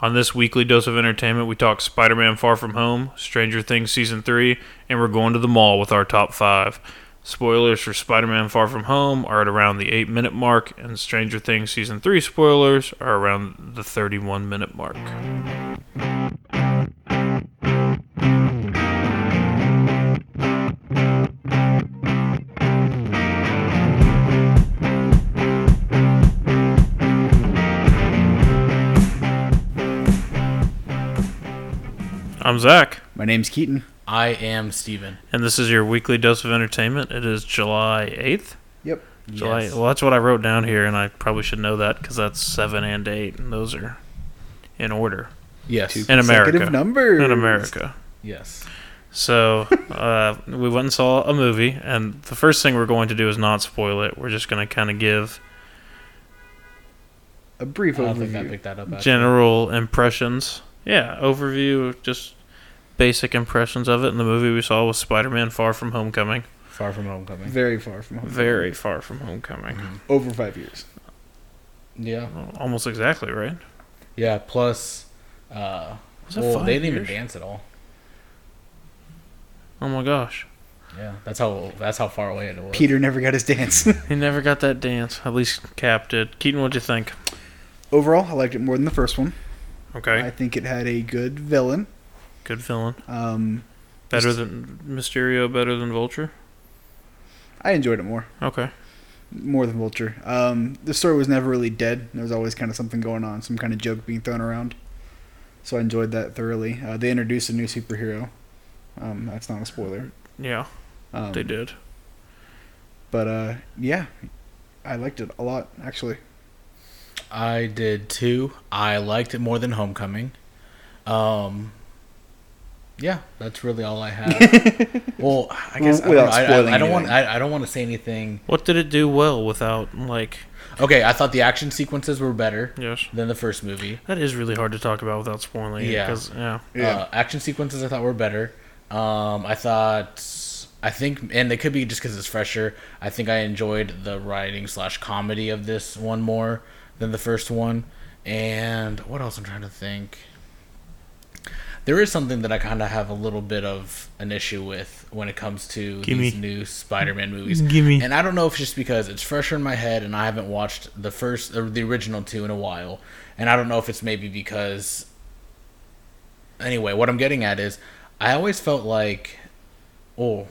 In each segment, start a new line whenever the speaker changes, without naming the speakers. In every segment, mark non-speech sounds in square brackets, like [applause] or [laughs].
On this weekly dose of entertainment, we talk Spider Man Far From Home, Stranger Things Season 3, and we're going to the mall with our top five. Spoilers for Spider Man Far From Home are at around the 8 minute mark, and Stranger Things Season 3 spoilers are around the 31 minute mark. I'm Zach,
My name's Keaton.
I am Steven.
and this is your weekly dose of entertainment. It is July 8th.
Yep.
July.
Yes.
Well, that's what I wrote down here, and I probably should know that because that's seven and eight, and those are in order
Yes.
in
Consecutive
America.
numbers.
In America.
Yes.
So uh, we went and saw a movie, and the first thing we're going to do is not spoil it. We're just going to kind of give
A
I
brief
don't think I
overview.
picked that up. actually.
general impressions. Yeah, overview, just basic impressions of it. And the movie we saw was Spider-Man: Far From Homecoming.
Far from homecoming.
Very far from home.
Very far from homecoming.
Over five years.
Yeah.
Almost exactly right.
Yeah. Plus, uh,
Was it
well,
five
they didn't even
years?
dance at all.
Oh my gosh,
Yeah. That's how. That's how far away it was.
Peter never got his
[laughs]
dance. [laughs]
he never got that dance. At least Cap did. Keaton, what'd you think?
Overall, I liked it more than the first one.
Okay.
I think it had a good villain.
Good villain.
Um,
Better
Just-
than Mysterio, better than Vulture?
I enjoyed it more,
Okay.
more than Vulture. Um, the story was never really dead. There was always kind of something going on, some kind of joke being thrown around. So I enjoyed that thoroughly. Uh, they introduced a new superhero. Um, that's not a spoiler.
Yeah,
Um,
they did.
But uh, yeah, I liked it a lot actually. [laughs]
I did too. I liked it more than homecoming. Um. Yeah, that's really all
[laughs]
I have. well, I guess I
Without
don't, know. I,
spoiling
I, I don't want.
anything.
I, I don't want to say anything.
What did it do well without, like,
Okay, I thought the action sequences were better
yes?
than the first movie.
That is really hard to talk about without spoiling it,
Yeah.
'cause- yeah.
Uh, action sequences I thought were better. Um, I thought, I think, and it could be just because it's fresher. I think I enjoyed the writing slash comedy of this one more than the first one. And what else I'm trying to think. There is something that I kind of have a little bit of an issue with when it comes to
Gimme.
these new Spider-Man movies.
Gimme.
And I don't know if it's just because it's fresher in my head and I haven't watched the first or the original two in a while. And I don't know if it's maybe because anyway, what I'm getting at is I always felt like oh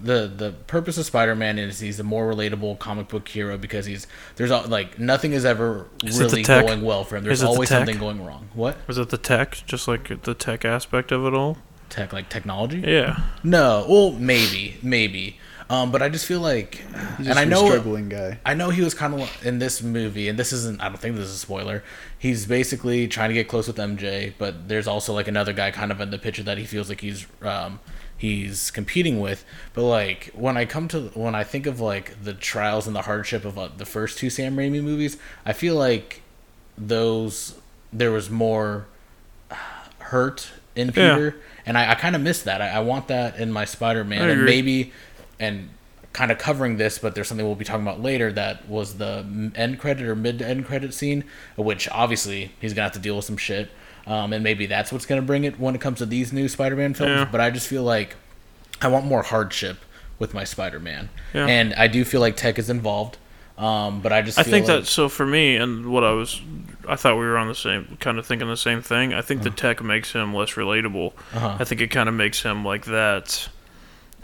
the the purpose of Spider-Man is he's a more relatable comic book hero because he's there's all, like nothing is ever
Is it the
really
tech?
going well for him.
Is
There's
it the
always
tech?
something going wrong. What?
Was it the tech? Just, like, the tech aspect of it all?
Tech like technology?
Yeah.
No, well maybe, maybe. Um, but I just feel like
He's
and
just
I know
a struggling guy.
I know he was kind of in this movie, and this isn't. I don't think this is a spoiler. He's basically trying to get close with MJ, but there's also like another guy kind of in the picture that he feels like he's um, he's competing with. But like when I come to when I think of like the trials and the hardship of uh, the first two Sam Raimi movies, I feel like those there was more hurt in
Yeah.
Peter, and I, I kind of miss that. I, I want that in my Spider-Man,
I
and
agree.
maybe, and kind of covering this, but there's something we'll be talking about later that was the m- end credit or mid to end credit scene, which obviously he's gonna have to deal with some shit, um, and maybe that's what's gonna bring it when it comes to these new Spider-Man films.
Yeah.
But I just feel like I want more hardship with my Spider-Man,
Yeah.
and I do feel like tech is involved. Um, but I just
I
feel
think
like,
that, so for me, and what I was, I thought we were on the same, kind of thinking the same thing. I think the tech makes him less relatable.
Uh-huh.
I think it kind of makes him like that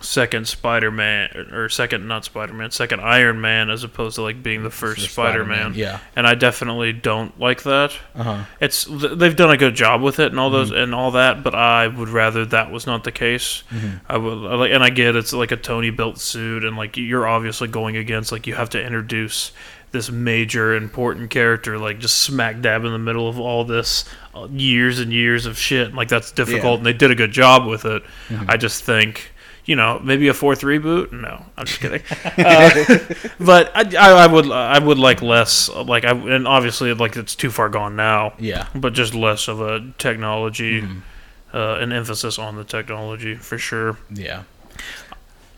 second Spider-Man or second not Spider-Man, second Iron Man as opposed to like being the first Spider-Man.
Spider-Man, yeah.
And I definitely don't like that.
Uh-huh.
It's th- they've done a good job with it and all those and all that, but I would rather that was not the case. I would I like and I get it's like a Tony built suit and like you're obviously going against like you have to introduce this major important character like just smack dab in the middle of all this uh, years and years of shit and, like that's difficult
Yeah.
and they did a good job with it. I just think, you know, maybe a fourth reboot. No, I'm just kidding. Uh, but I, I, I would, I would like less, like I, and obviously, like it's too far gone now.
Yeah.
But just less of a
Mm-hmm.
technology, uh, an emphasis on the technology for sure.
yeah.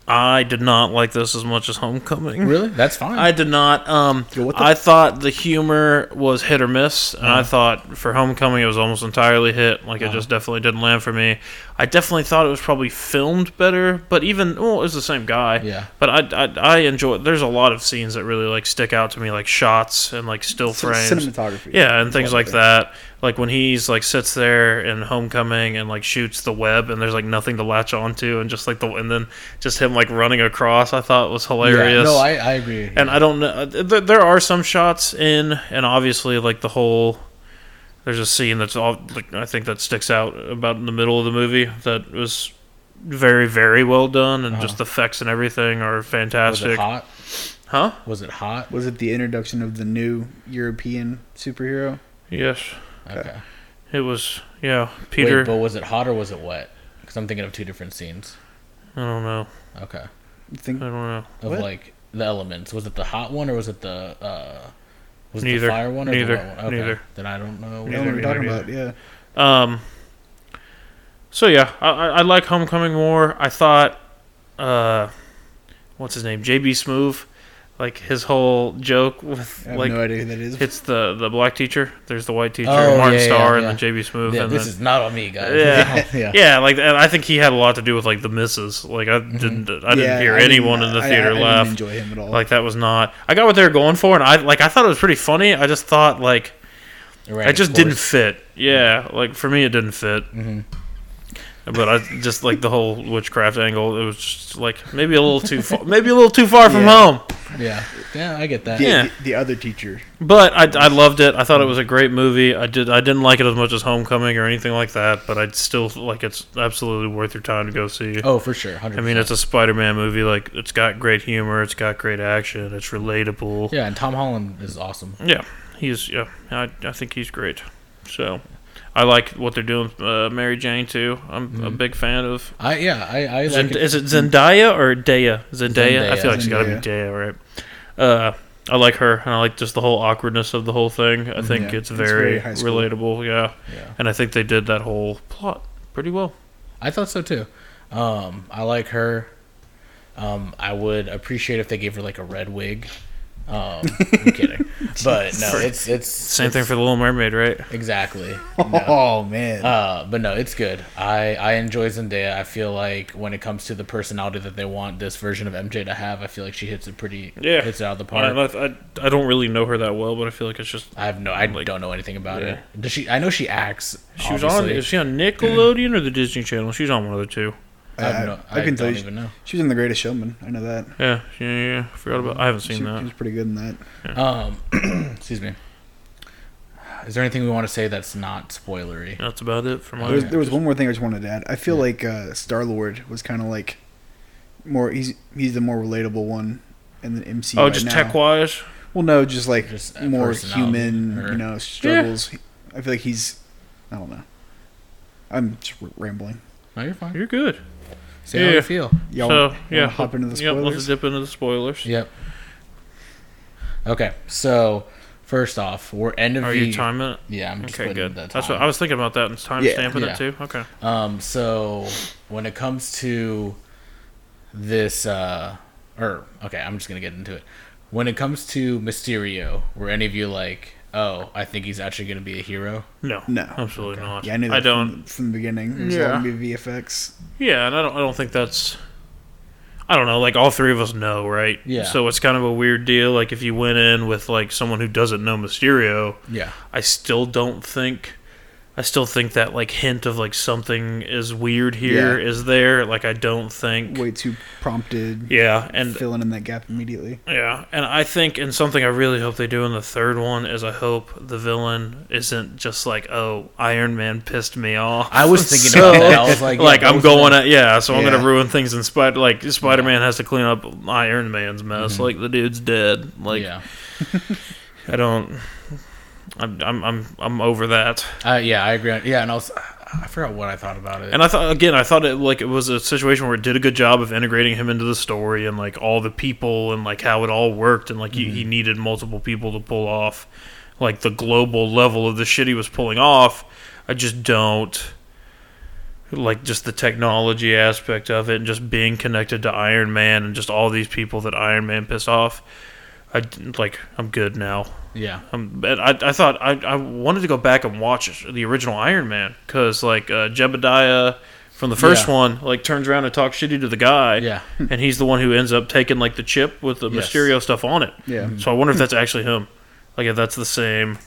I did not like this as much as Homecoming.
Really? That's fine.
I did not. Um,
Yo, what the- Uh-huh.
I thought the humor was hit or miss, and I thought for Homecoming it was almost entirely hit. Like it just definitely didn't land for me. I definitely thought it was probably filmed better, but even well, it was the same guy.
Yeah.
But I I, I enjoy. There's a lot of scenes that really like stick out to me, like shots and like still
Cin-
frames.
cinematography.
Yeah, and things
Well,
like that. Like when he's like sits there in Homecoming and like shoots the web, and there's like nothing to latch onto, and just like the and then just him like running across, I thought was
yeah.
hilarious.
No, I, I agree.
and I don't know. There, there are some shots in, and obviously like the whole. There's a scene that's all like I think that sticks out about in the middle of the movie that was very very well done, and
Uh-huh.
just the effects and everything are
was it
fantastic.
hot?
Huh?
Was it hot?
Was it the introduction of the new European superhero?
Yes,
Okay.
it was. Yeah, Peter.
Wait, but was it hot or was it wet? Because I'm thinking of two different scenes.
I don't know.
Okay.
I think
I don't know.
Of
What?
like the elements. Was it the hot one or was it the uh was it
Neither.
the fire one or
Neither.
the wet one? Okay.
Neither.
Then I don't know.
I know what
Neither,
we're talking
neither,
about. Yeah,
Um. So yeah, I, I, I like Homecoming more. I thought, uh, what's his name, JB Smoove, like his whole joke with
I have
like
no idea who that is.
it's the the black teacher. There's the white teacher,
Oh,
Martin
yeah, yeah,
Starr,
yeah.
and then JB Smoove.
Yeah,
and
this
then,
is not on me, guys.
yeah.
[laughs]
[laughs]
yeah.
Yeah, like and I think he had a lot to do with like the misses. Like I didn't, [laughs] I didn't
Mm-hmm. Yeah,
hear
I
anyone in the
I-
theater
I, I
laugh.
Didn't enjoy him at all.
like that was not. I got what they were going for, and I like I thought it was pretty funny. I just thought like
It ran
I
its
just didn't
course.
fit. Yeah, like for me, it didn't fit. But I just like the whole witchcraft angle. It was just like maybe a little too far, maybe a little too far from
Yeah.
home.
Yeah. Yeah, I get that.
yeah,
yeah.
The, the other teacher.
But I, I loved it. I thought it was a great movie. I did. I didn't like it as much as Homecoming or anything like that. But I still like it's absolutely worth your time to go see.
Oh, for sure. 100%.
I mean, it's a Spider-Man movie. Like it's got great humor. It's got great action. It's relatable.
Yeah, and Tom Holland is awesome.
Yeah, he's yeah. I, I think he's great. So, I like what they're doing. with, Uh, Mary Jane too. I'm a big fan of.
I yeah, I I like
Zend-
it.
is it Zendaya or Daya? Zendaya. I feel like it's got to be
Zendaya.
Daya, right? Uh, I like her, and I like just the whole awkwardness of the whole thing. I think
Yeah,
it's
it's
very,
very high school.
relatable. Yeah.
Yeah.
and I think they did that whole plot pretty well.
I thought so too. Um, I like her. Um, I would appreciate if they gave her like a red wig. Um,
[laughs]
I'm kidding, but no, it's it's
Same thing for the Little Mermaid, right?
exactly.
[laughs] Oh man,
Uh, but no, it's good. I I enjoy Zendaya. I feel like when it comes to the personality that they want this version of MJ to have, I feel like she hits it pretty
Yeah.
hits it out of the
I,
park.
I, I don't really know her that well, but I feel like it's just
I have no, I don't know anything about
Yeah.
her. Does she? I know she acts.
she was on.
obviously.
Is she on Nickelodeon or the Disney Channel? She's on one of the two.
I, have no, I,
can tell
don't
you,
even know.
she was in The Greatest Showman. I know that.
Yeah, yeah, yeah. Forgot about. I haven't
She,
seen
she
that.
was pretty good in that.
Um, [clears throat] excuse me. Is there anything we want to say that's not spoilery?
That's about it for my.
There was, there was one more thing I just wanted to add. I feel like uh, Star Lord was kind of like more. He's he's the more relatable one in the MCU.
oh,
right
just
now.
tech wise.
Well, no, just like
Just
more
personality
human,
or-
you know, struggles. I feel like he's, I don't know. I'm just r- rambling.
No, you're fine.
You're good.
Say how
Yeah.
you feel.
Y'all
so
wanna
yeah,
hop into the
Yep, let's
spoilers.
dip into the spoilers.
Yep. Okay, so first off, we're end of
Are
the
you timing it?
yeah. I'm just
Okay,
putting
good.
the
That's what
time.
I was thinking about that and time
Yeah.
stamping
Yeah.
it too. Okay.
Um, so when it comes to this, uh, or okay, I'm just gonna get into it. When it comes to Mysterio, were any of you like, oh, I think he's actually gonna be a hero?
No.
No.
Absolutely not.
Yeah, I knew that
Oh, don't.
From, from the beginning. It was all
Yeah.
gonna be VFX.
Yeah, and I don't. I don't think that's. I don't know. Like all three of us know, right?
Yeah.
So it's kind of a weird deal. Like if you went in with like someone who doesn't know Mysterio,
Yeah.
I still don't think. I still think that like hint of like something is weird here is
Yeah.
there. Like I don't think.
Way too prompted.
Yeah, and
filling in that gap immediately.
yeah, and I think and something I really hope they do in the third one is I hope the villain isn't just like oh Iron Man pissed me off.
I
[laughs]
was [laughs] thinking about that. I was like, yeah, that
I'm
was
going at yeah, so I'm
Yeah.
gonna ruin things in Spider like Spider Man has to clean up Iron Man's mess. Like the dude's dead. Like
Mm-hmm. yeah.
I don't. I'm, I'm I'm I'm over that.
Uh, yeah, I agree. on- Yeah, and I was, I forgot what I thought about it.
And I thought again, I thought it like it was a situation where it did a good job of integrating him into the story and like all the people and like how it all worked and like he, he needed multiple people to pull off like the global level of the shit he was pulling off. I just don't. like just the technology aspect of it and just being connected to Iron Man and just all these people that Iron Man pissed off. I d- like I'm good now.
Yeah.
Um, but I, I thought I, I wanted to go back and watch the original Iron Man because like uh, Jebediah from the first
Yeah.
one like turns around and talks shitty to the guy,
Yeah. [laughs]
and he's the one who ends up taking like the chip with the
Yes. Mm-hmm.
Mysterio stuff on it.
Yeah.
So I wonder if that's actually him, like if that's the same,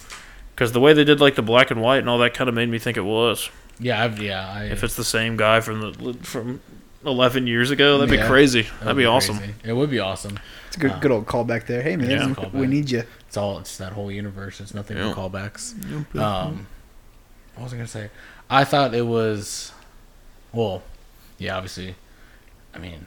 because the way they did like the black and white and all that kind of made me think it was.
Yeah. I've, yeah. I,
If it's the same guy from the from eleven years ago, that'd be
Yeah.
crazy. That'd,
that
be,
would
awesome.
crazy. It would be awesome.
It's a good, good old callback there. Hey, man,
Uh, Yeah.
we- we
Callback.
need you.
It's all. It's that whole universe. It's nothing
Yeah.
but callbacks. Um, what was I gonna say? I thought it was, well, yeah, obviously, I mean,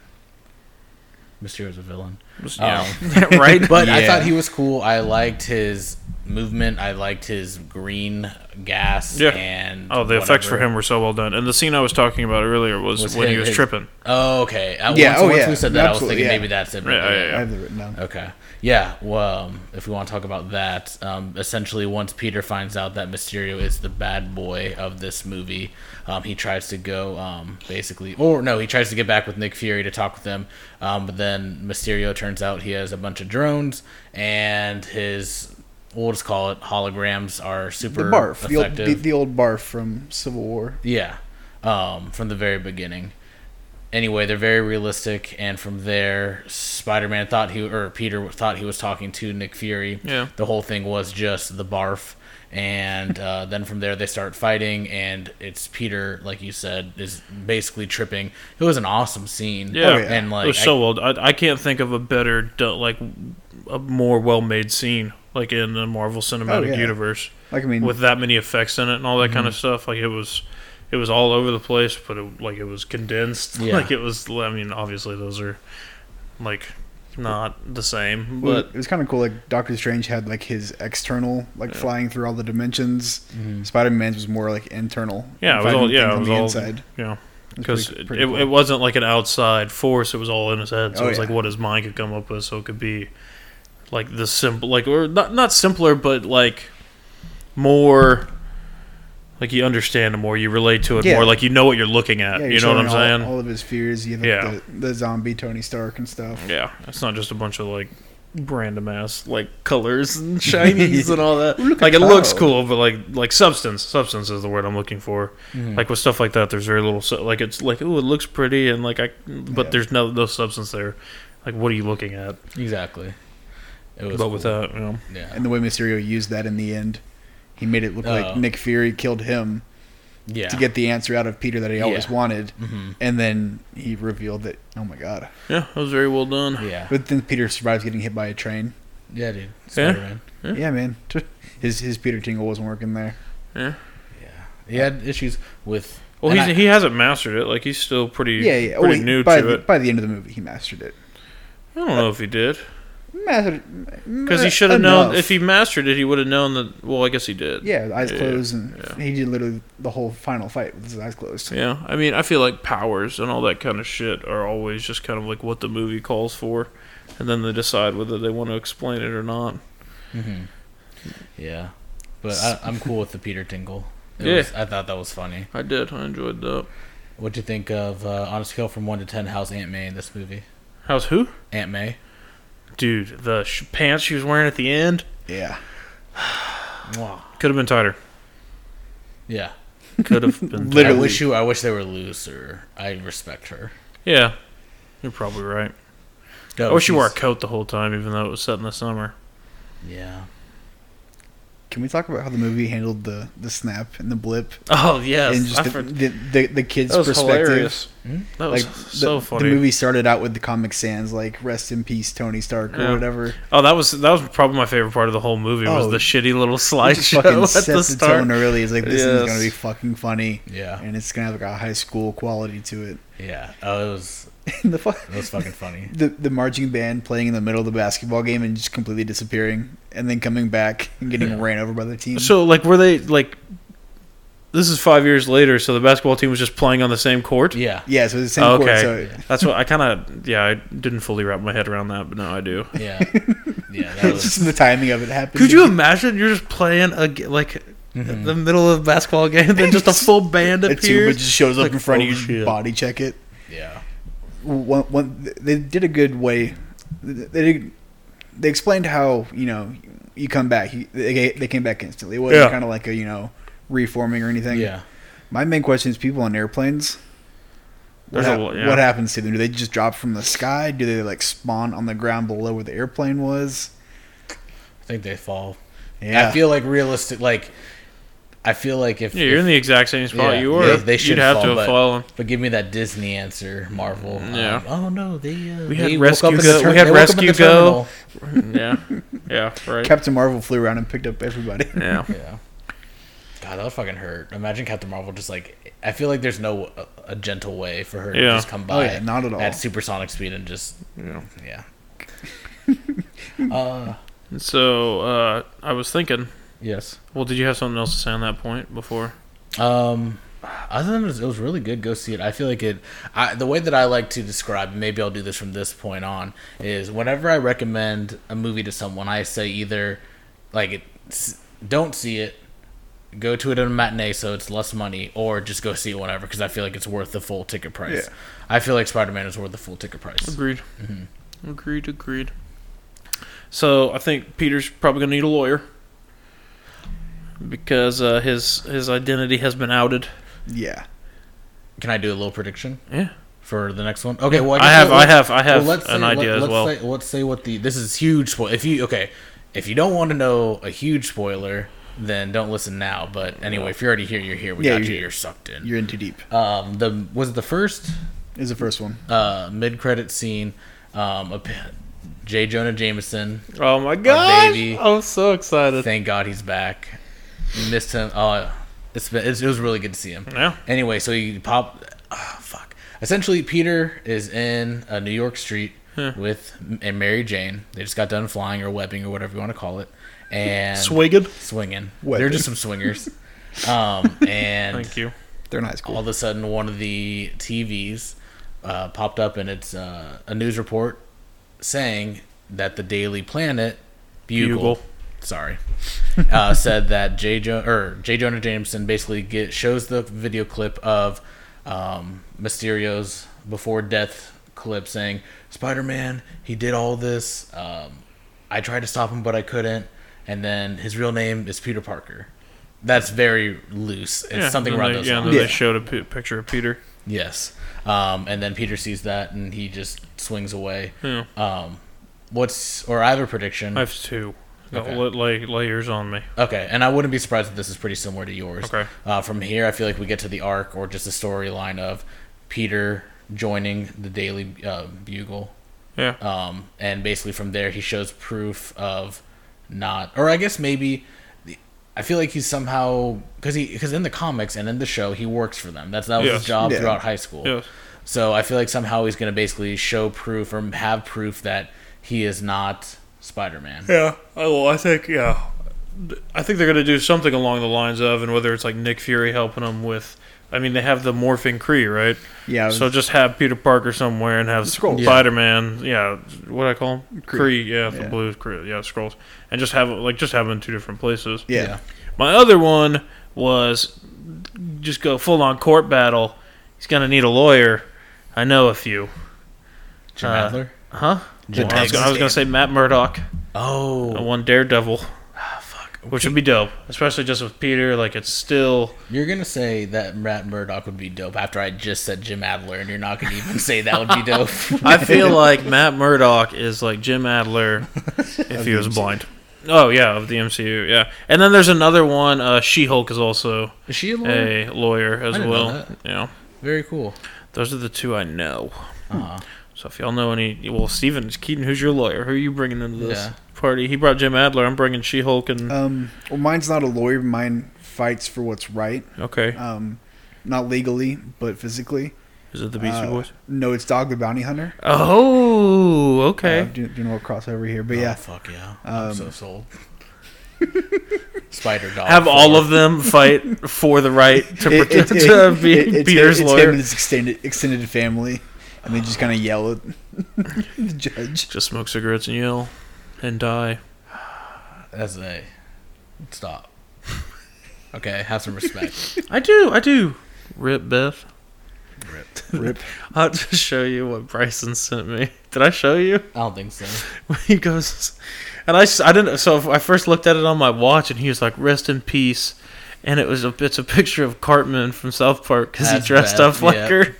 Mysterio's a villain,
Yeah.
[laughs] Um,
right?
But I
Yeah.
thought he was cool. I liked his movement. I liked his green gas.
Yeah.
And
[laughs] Oh, the effects for
whatever.
him were so well done. And the scene I was talking about earlier was,
Was
when he
him-
was
his-
tripping.
Oh, okay. I,
Yeah,
Once,
oh,
once
yeah.
we said that, I was
Absolutely,
thinking
yeah.
maybe that's it. but
Yeah, yeah, yeah.
I have that written down.
Okay. Yeah. Well, um, if we want to talk about that, um, essentially, once Peter finds out that Mysterio is the bad boy of this movie, um, he tries to go um, basically, or no, he tries to get back with Nick Fury to talk with them. Um, but then Mysterio turns out he has a bunch of drones, and his we'll just call it holograms are
The
super
barf, the old,
effective.
the, the old barf from Civil War.
Yeah, um, from the very beginning. Anyway, they're very realistic, and from there, Spider-Man thought he or Peter thought he was talking to Nick Fury.
Yeah.
the whole thing was just the barf, and uh, then from there they start fighting, and it's Peter, like you said, is basically tripping. It was an awesome scene.
Yeah. Oh,
yeah.
and like
it was
I-
so well. I, I can't think of a better, do- like, a more well made scene, like in the Marvel Cinematic
Oh, yeah. Mhm.
Universe,
Like I mean,
with that many effects in it and all that kind of stuff. Like it was, it was all over the place, but it, like it was condensed. [laughs]
Yeah.
Like it was. I mean, obviously those are, like, not the same,
Well,
but
it was kind of cool. Like Doctor Strange had like his external, like flying through all the dimensions. Spider Man's was more like internal.
Yeah, it was
fighting
all- yeah,
things
it
on
was
the
all-
inside.
you know.
It's
Because
pretty-
it,
pretty cool.
it wasn't like an outside force; it was all in his head. So
Oh,
it was
yeah.
like what his mind could come up with. So it could be like the simple, like or not not simpler, but like more like you understand it more, you relate to it
Yeah.
more, like you know what you're looking at.
Yeah,
you know what I'm
showing all-
saying?
All of his fears. You know,
Yeah.
the, the zombie Tony Stark and stuff.
yeah, it's not just a bunch of like random ass like colors
[laughs]
and shinies and all that.
Look at
like it looks
Cloud.
cool, but like like substance, substance is the word I'm looking for.
Hmm.
mhm,
Like with stuff like that, there's very little. Su- like it's like oh, it looks pretty, and like I, but
Yeah.
there's no no substance there. Like what are you looking at?
exactly. It
But with
was cool.
that, you know,
yeah,
And the way Mysterio used that in the end, he made it look
Oh.
like Nick Fury killed him
yeah,
to get the answer out of Peter that he always
Yeah.
wanted,
hmm
and then he revealed that. Oh my god!
yeah, that was very well done.
yeah,
But then Peter survives getting hit by a train.
yeah, dude, Spider-Man.
Yeah.
Yeah, man. [laughs] His his Peter Tingle wasn't working there.
Yeah, he had issues with.
Well,
and
he's,
I-
he hasn't mastered it. Like he's still pretty
Yeah, yeah.
pretty
he-
new
by
to
the,
it.
By the end of the movie, he mastered it.
I don't know if he did because
Because
he should have known. If he mastered it, he would have known that. Well, I guess he did.
Yeah, eyes
Yeah,
closed, and
yeah.
he did literally the whole final fight with his eyes closed.
Yeah, I mean, I feel like powers and all that kind of shit are always just kind of like what the movie calls for, and then they decide whether they want to explain it or not.
hmm Yeah, but I, I'm cool with the Peter Tingle. It
Yeah.
was- I thought that was funny.
I did. I enjoyed that.
What'd you think of uh, on a scale from one to ten? How's Aunt May in this movie?
How's who?
Aunt May.
Dude, the sh- pants she was wearing at the end
Yeah,
Wow.
could have been tighter.
Yeah.
Could
[laughs]
have been. tighter.
Literally.
I wish you. I wish they were looser. I respect her.
Yeah, you're probably right.
No,
Oh,
I wish you wore a
she's-
coat the whole time, even though it was set in the summer. [laughs]
Yeah.
Can we talk about how the movie handled the the snap and the blip
Oh yes,
and just the, the, the the kids'
that was
perspective?
hilarious.
Hmm?
That
Like
was
the,
so funny.
the movie started out with the Comic Sans, like "Rest in peace, Tony Stark" or
Yeah.
whatever.
oh, that was that was probably my favorite part of the whole movie was
Oh,
the shitty little
It just fucking
slideshow [laughs] at
sets
the
the,
start.
tone early. It's like this
Yes.
is gonna be fucking funny,
Yeah.
and it's gonna have like a high school quality to it. [laughs]
Yeah. Oh, it was.
And the fu-
It was fucking funny.
the the marching band playing in the middle of the basketball game and just completely disappearing and then coming back and getting
Yeah.
ran over by the team.
So, like, were they like? This is five years later, so the basketball team was just playing on the same court.
Yeah.
yeah, so it's the same
Oh,
court.
okay.
So
That's what I kind of yeah. I didn't fully wrap my head around that, but now I do. [laughs]
Yeah. Yeah.
[laughs]
That
it's
was.
just the timing of it happened.
Could you imagine? You're just playing a g- like
mm-hmm.
in the middle of a basketball game, then just a full band
It's Uber
appears.
just shows up
Like,
in front
oh,
of you,
shit.
body check it.
Yeah.
One, one, they did a good way. They they explained how you know you come back. You, they they came back instantly. It wasn't
Yeah.
kind of like a you know reforming or anything.
Yeah.
My main question is: people on airplanes. What,
There's a
hap-
lo- yeah.
what happens to them? Do they just drop from the sky? Do they like spawn on the ground below where the airplane was?
I think they fall.
Yeah,
I feel like realistic. Like, I feel like if,
Yeah, you're in the exact same spot
Yeah,
you were.
they- they should
You'd have
fall,
to
but-
have fallen.
but give me that Disney answer, Marvel. um,
Yeah.
oh no, they uh,
We had
they
Rescue
woke up in
Go-
the ter-
we had
they woke up in the
Rescue Go. [laughs]
terminal.
yeah, yeah, right.
Captain Marvel flew around and picked up everybody.
yeah,
Yeah. God, that would fucking hurt. Imagine Captain Marvel just like. I feel like there's no a, a gentle way for her to
Yeah.
just come
Oh
by
yeah, not at all.
at supersonic speed and just
yeah.
[laughs]
yeah. uh,
And so uh, I was thinking.
yes.
Well, did you have something else to say on that point before?
Um, other than it was, it was really good, go see it. I feel like it. I, the way that I like to describe, maybe I'll do this from this point on, is whenever I recommend a movie to someone, I say either like it, s- don't see it, go to it at a matinee so it's less money, or just go see it whenever because I feel like it's worth the full ticket price.
Yeah.
I feel like Spider Man is worth the full ticket price.
Agreed. Agreed. Agreed. So I think Peter's probably gonna need a lawyer because uh, his his identity has been outed.
[laughs] yeah,
Can I do a little prediction
Yeah,
for the next one? Okay, well
I
guess
have.
we'll-
I have. I have
Well, let's
an
say- let-
idea as
let's
well.
Say, let's say what the this is huge spoil. If you okay, if you don't want to know a huge spoiler, then don't listen now. But anyway, if you're already here, you're here. We
Yeah,
got
you're
you.
here.
You're sucked in.
you're in too deep.
um, the was it the first
Is the first one.
uh, mid credit scene? Um, a, J. Jonah Jameson.
oh my god!
baby.
I'm so excited.
Thank God he's back. We missed him. Oh, it's been it's, it was really good to see him.
Yeah.
Anyway, so he pop. Oh, fuck. Essentially, Peter is in a New York street with M- and Mary Jane. They just got done flying or webbing or whatever you want to call it, and
Swigged.
swinging. They're
Webbing.
just some swingers. um, and
Thank you.
They're not as
all
cool.
of a sudden, one of the TVs uh, popped up, and it's uh, a news report saying that the Daily Planet bugle,
Bugle.
sorry,
[laughs]
uh, said that J. Jo- or J. Jonah Jameson basically get, shows the video clip of um, Mysterio's before death clip saying, "Spider Man, he did all this. Um, I tried to stop him, but I couldn't." And then his real name is Peter Parker. That's very loose. It's
Yeah,
something
then
around
they,
those
Yeah,
lines.
then
Yeah.
they showed a pi picture of Peter.
Yes. Um, and then Peter sees that and he just swings away.
Yeah.
Um, what's or I have a prediction.
I have two. Got
Okay.
la- lay- layers on me.
okay, and I wouldn't be surprised if this is pretty similar to yours.
Okay.
Uh, from here, I feel like we get to the arc or just the storyline of Peter joining the Daily uh, Bugle,
Yeah.
um, and basically from there he shows proof of not, or I guess maybe. the- I feel like he's somehow because he because in the comics and in the show he works for them. That's that was his
Yes.
job
Yeah.
throughout high school.
Yes.
So I feel like somehow he's going to basically show proof or have proof that he is not Spider Man.
Yeah. Oh, I think yeah. I think they're going to do something along the lines of, and whether it's like Nick Fury helping them with. I mean, they have the morphing Cree, right?
Yeah, I was-
So just have Peter Parker somewhere and have
Scrolls. Yeah.
Spider Man. Yeah. What do I call him? Cree. yeah, the
Yeah.
blue Cree. Yeah, scrolls. And just have like just have them in two different places.
yeah.
My other one was just go full on court battle. He's going to need a lawyer. I know a few.
Jim
Uh,
Adler.
Huh?
Jim
Well, I was,
Adler.
gonna- I was going to say Matt Murdock. I
Oh,
want Daredevil,
Ah, fuck.
which would be dope, especially just with Peter. Like it's still
You're going to say that Matt Murdock would be dope after I just said Jim Adler, and you're not going to even say that would be dope.
[laughs] I feel like Matt Murdock is like Jim
[laughs]
Adler if he was blind. Oh yeah, of the MCU, yeah. And then there's another one. Uh, She-Hulk is also
Is she a lawyer?
a lawyer as
I didn't know
well.
that.
Yeah,
Very cool.
those are the two I know.
Uh-huh.
So if y'all know any, well, Steven Keaton, who's your lawyer? Who are you bringing into this
Yeah.
party? He brought Jim Adler. I'm bringing She-Hulk and
Um, well, mine's not a lawyer. Mine fights for what's right.
okay,
Um, not legally, but physically.
is it the Beastie
uh,
Boys?
No, it's Dog the Bounty Hunter.
Oh,
Uh,
okay.
do, do you know what crossover here? But
Oh,
yeah,
fuck yeah. I'm
Um,
so sold. Spider Dog.
Have all
four.
of them fight for the right to,
uh, It-
protect,
it-
to
it-
be
it- it's
Peter's
him, It's him
lawyer.
and his extended extended family, and they just kind of yell at [laughs] the judge.
Just smoke cigarettes and yell and die.
That's a stop. Okay, have some respect.
I do. I do. Rip Beth.
Ripped.
Rip.
I'll just show you what Bryson sent me. Did I show you?
I don't think so.
[laughs] he goes, and I, s- I didn't. So I first looked at it on my watch, and he was like, "Rest in peace," and it was a it's a picture of Cartman from South Park because he
That's
dressed
bad,
up like
yeah.
her,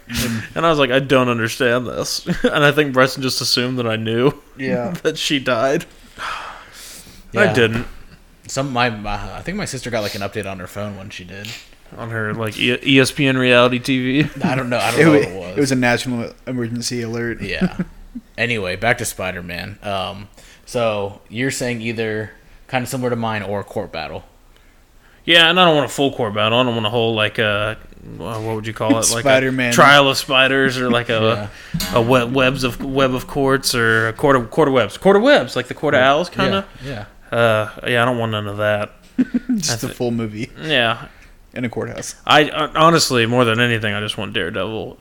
and I was like, "I don't understand this," [laughs] and I think Bryson just assumed that I knew [laughs]
Yeah.
that she died. I
Yeah.
didn't
Some my, my I think my sister got like an update on her phone when she did.
on her like e- ESPN reality TV.
I don't know. I
[laughs]
don't
It,
know
wa-
what it was.
it was a national emergency alert.
yeah. Anyway, back to Spider Man. Um, so you're saying either kind of similar to mine or court battle.
Yeah, and I don't want a full court battle. I don't want a whole like uh, wha- what would you call it? Like a
Spider-Man.
trial of spiders, or like
[laughs]
a a web, webs of web of courts, or a court of court of webs, court of webs, like the court of owls kind of.
Yeah. yeah.
Yeah. Uh, yeah, I don't want none of that.
Just the full movie
Yeah,
in a courthouse.
I uh, honestly more than anything, I just want Daredevil,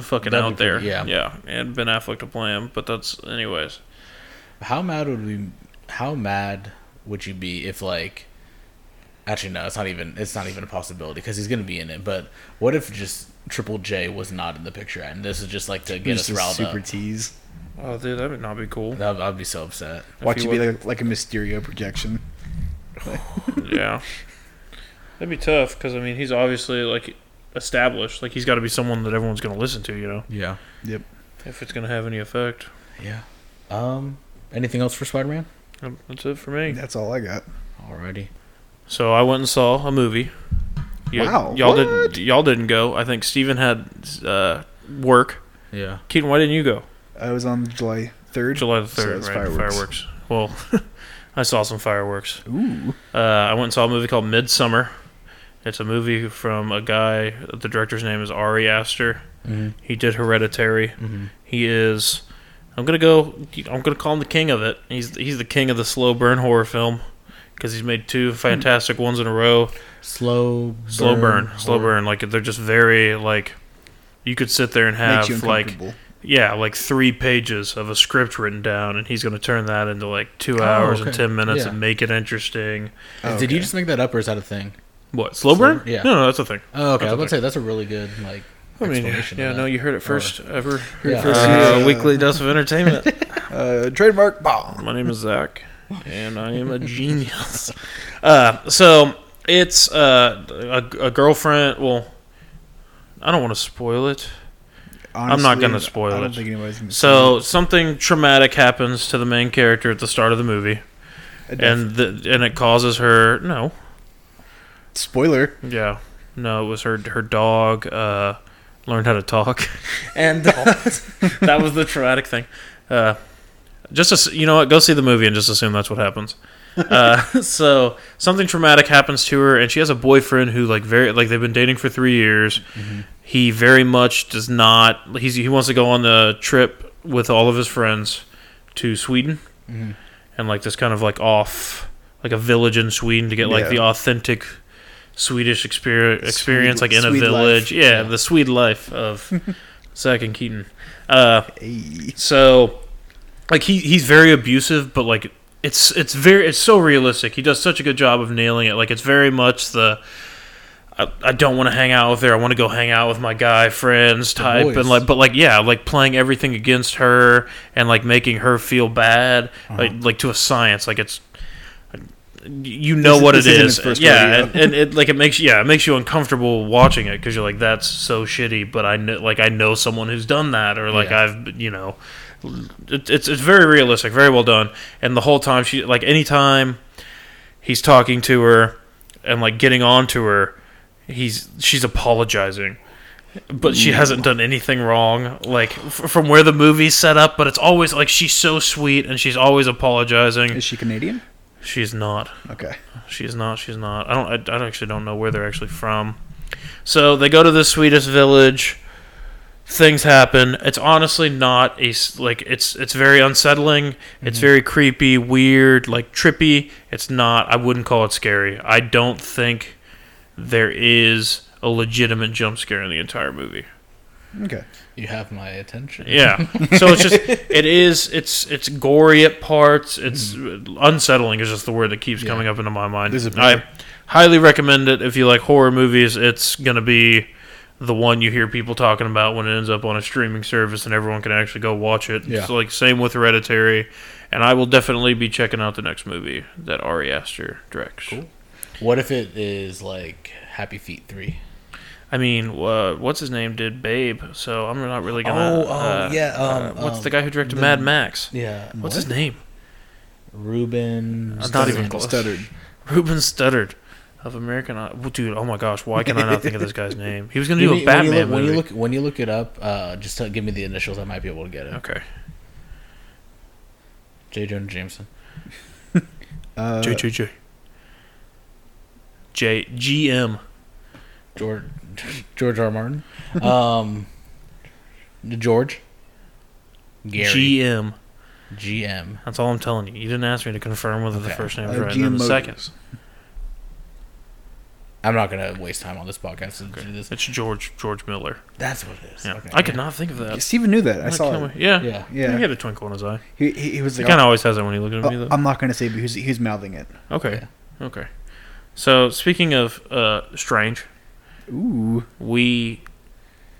fucking
That'd
out
be
there.
pretty- yeah.
yeah, and Ben Affleck to play him. But that's anyways.
How mad would we? How mad would you be if like? Actually, no. It's not even. It's not even a possibility because he's gonna be in it. But what if just Triple J was not in the picture and this is just like to get
Just
us
a
riled
super
up?
tease.
Oh, dude, that would not be
[laughs]
cool.
I'd, I'd be so upset.
Watch
he
it be like, like a Mysterio projection.
yeah. That'd be tough because I mean he's obviously like established. Like he's got to be someone that everyone's going to listen to. You know,
Yeah.
Yep.
if it's going to have any effect.
Yeah. Um. Anything else for Spider Man?
Um, That's it for me.
That's all I got.
Alrighty.
So I went and saw a movie. Y-
Wow,
Y'all
what?
didn't. Y'all didn't go. I think Steven had uh, work.
Yeah.
Keaton, why didn't you go?
I was on July 3rd.
July the
So
third,
it's
right?
fireworks.
Fireworks. Well, [laughs] I saw some fireworks.
Ooh.
Uh, I went and saw a movie called Midsummer. It's a movie from a guy. The director's name is Ari Aster.
Mm-hmm.
He did Hereditary.
Mm-hmm.
He is. I'm gonna go. I'm gonna call him the king of it. He's he's the king of the slow burn horror film because he's made two fantastic ones in a row.
Slow. Burn
Slow burn, slow
horror.
burn. Like they're just very like. You could sit there and
Makes you
have like
uncomfortable.
yeah, like three pages of a script written down, and he's gonna turn that into like two hours and
Oh, okay.
ten minutes
Yeah.
and make it interesting.
Oh,
Did you
okay.
just make that up or is that a thing?
What slow,
Slow-
burn?
yeah.
no, no, that's a thing.
Oh,
That's
okay. I
a
was about to
thing.
say that's a really good like.
I mean, yeah,
explanation
yeah,
of
no,
that.
you heard it first ever.
Yeah.
First,
Uh,
yeah.
Weekly dose of
[laughs]
entertainment.
Uh, trademark bomb.
My name is Zach, and I am a genius. Uh, so it's uh, a, a girlfriend. Well, I don't want to spoil it. I'm not gonna spoil
I don't
it.
think anybody's gonna
So something traumatic happens to the main character at the start of the movie,
see it.
and the, and it causes her no,
spoiler.
yeah, no, it was her her dog uh, learned how to talk, and [laughs] that was the traumatic thing. Uh, just ass- you know what? Go see the movie and just assume that's what happens. Uh, [laughs] so something traumatic happens to her, and she has a boyfriend who like very like they've been dating for three years. He very much does not. He's he wants to go on the trip with all of his friends to Sweden, and like this kind of like off like a village in Sweden to get like
Yeah.
the authentic Swedish experience, experience like in a
Swede life.
village. Yeah, the Swede life
[laughs]
of Zach and Keaton. Uh,
Hey.
so, like he he's very abusive, but like it's it's very it's so realistic. He does such a good job of nailing it. Like it's very much the I, I don't want to hang out with her. I want to go hang out with my guy friends type,
voice.
and like but like yeah, like playing everything against her and like making her feel bad,
Uh-huh.
like like to a science. Like it's you know
This-
what
this
it
isn't
is,
his first
yeah,
rodeo.
and, and it like it makes yeah it makes you uncomfortable watching it because you're like that's so shitty, but I know like I know someone who's done that or like
Yeah.
I've you know it, it's it's very realistic, very well done, and the whole time she like anytime he's talking to her and like getting on to her, he's she's apologizing. But she hasn't done anything wrong, like f- from where the movie's set up. But it's always like she's so sweet, and she's always apologizing.
Is she Canadian?
She's not.
Okay.
She's not. She's not. I don't. I, I actually don't know where they're actually from. So they go to the Swedish village. Things happen. It's honestly not a s- like. It's it's very unsettling. It's very creepy, weird, like trippy. It's not. I wouldn't call it scary. I don't think there is a legitimate jump scare in the entire movie.
Okay.
You have my attention.
Yeah. So it's just it is it's it's gory at parts. It's unsettling is just the word that keeps
Mm-hmm. Yeah.
coming up into my mind.
There's a
I
picture.
highly recommend it if you like horror movies. It's gonna be the one you hear people talking about when it ends up on a streaming service and everyone can actually go watch it.
Yeah.
It's like same with Hereditary, and I will definitely be checking out the next movie that Ari Aster directs.
Cool. What if it is like Happy Feet three?
I mean, uh, what's his name did Babe, so I'm not really gonna.
Oh, oh,
uh,
yeah, um,
uh, what's
um,
the guy who directed
the-
Mad Max?
Yeah.
What's his name?
Ruben.
It's not even
Studdard.
close.
Stuttered.
Ruben Studdard of American. I- well, dude, oh my gosh, why can I not think of this guy's name? He was gonna
[laughs] You
do
mean-
a
when you
Batman
look- when you
movie.
look when you look it up, uh, just tell, give me the initials. I might be able to get it.
okay,
J. Jonah Jameson.
Uh,
J J J. J G M.
George [laughs] George R. Martin. Um, George. Gary.
G M.
GM.
That's all I'm telling you. You didn't ask me to confirm whether the
Okay.
first name was
Uh,
right, and then the
GM
second.
I'm not gonna waste time on this podcast. to do this.
It's George George Miller.
That's what it is.
Yeah,
Okay.
I could not think of that.
Steven knew that. I
Like,
saw
no
it.
way. Yeah. yeah,
Yeah.
He
Yeah.
had a twinkle in his eye.
He, he, he was
He
like,
kind of always has that when he looks at
"Oh,
me, though.
I'm not going to say, but he was, he was mouthing it.
Okay. Okay. So speaking of uh, strange,
Ooh.
we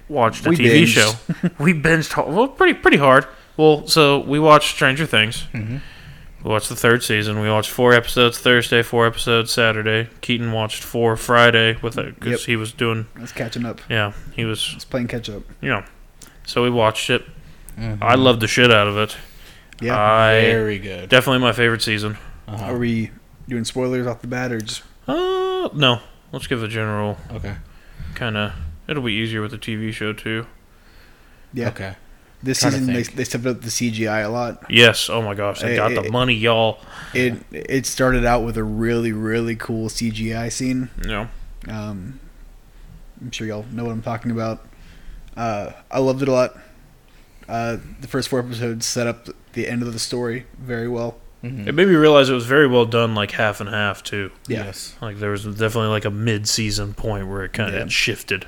watched a
We
TV
binged. [laughs]
show. we binged ho- well, pretty pretty hard. Well, so we watched Stranger Things.
Mhm.
We watched the third season. We watched four episodes Thursday, four episodes Saturday. Keaton watched four Friday with it because
Yep.
he was doing
It's catching up.
yeah he was
It's playing catch up.
you know. So we watched it.
Mhm.
I loved the shit out of it.
Yeah.
I
Very good.
definitely my favorite season.
Uh-huh.
Are we doing spoilers off the bat or just.
Uh, no, let's give a general
Okay.
kind of. It'll be easier with the TV show too.
Yeah.
Okay.
This
Trying to
season, they,
think.
they stepped up the CGI a lot.
Yes. Oh my gosh, they
Hey,
got
hey,
the
hey.
money, y'all.
It it started out with a really really cool CGI scene.
No.
Um, I'm sure y'all know what I'm talking about. Uh, I loved it a lot. Uh, the first four episodes set up the end of the story very well.
It made me realize it was very well done, like half and half too.
Yeah.
Mm-hmm. Yes.
Like there was definitely like a mid-season point where it kind of
Yeah.
shifted.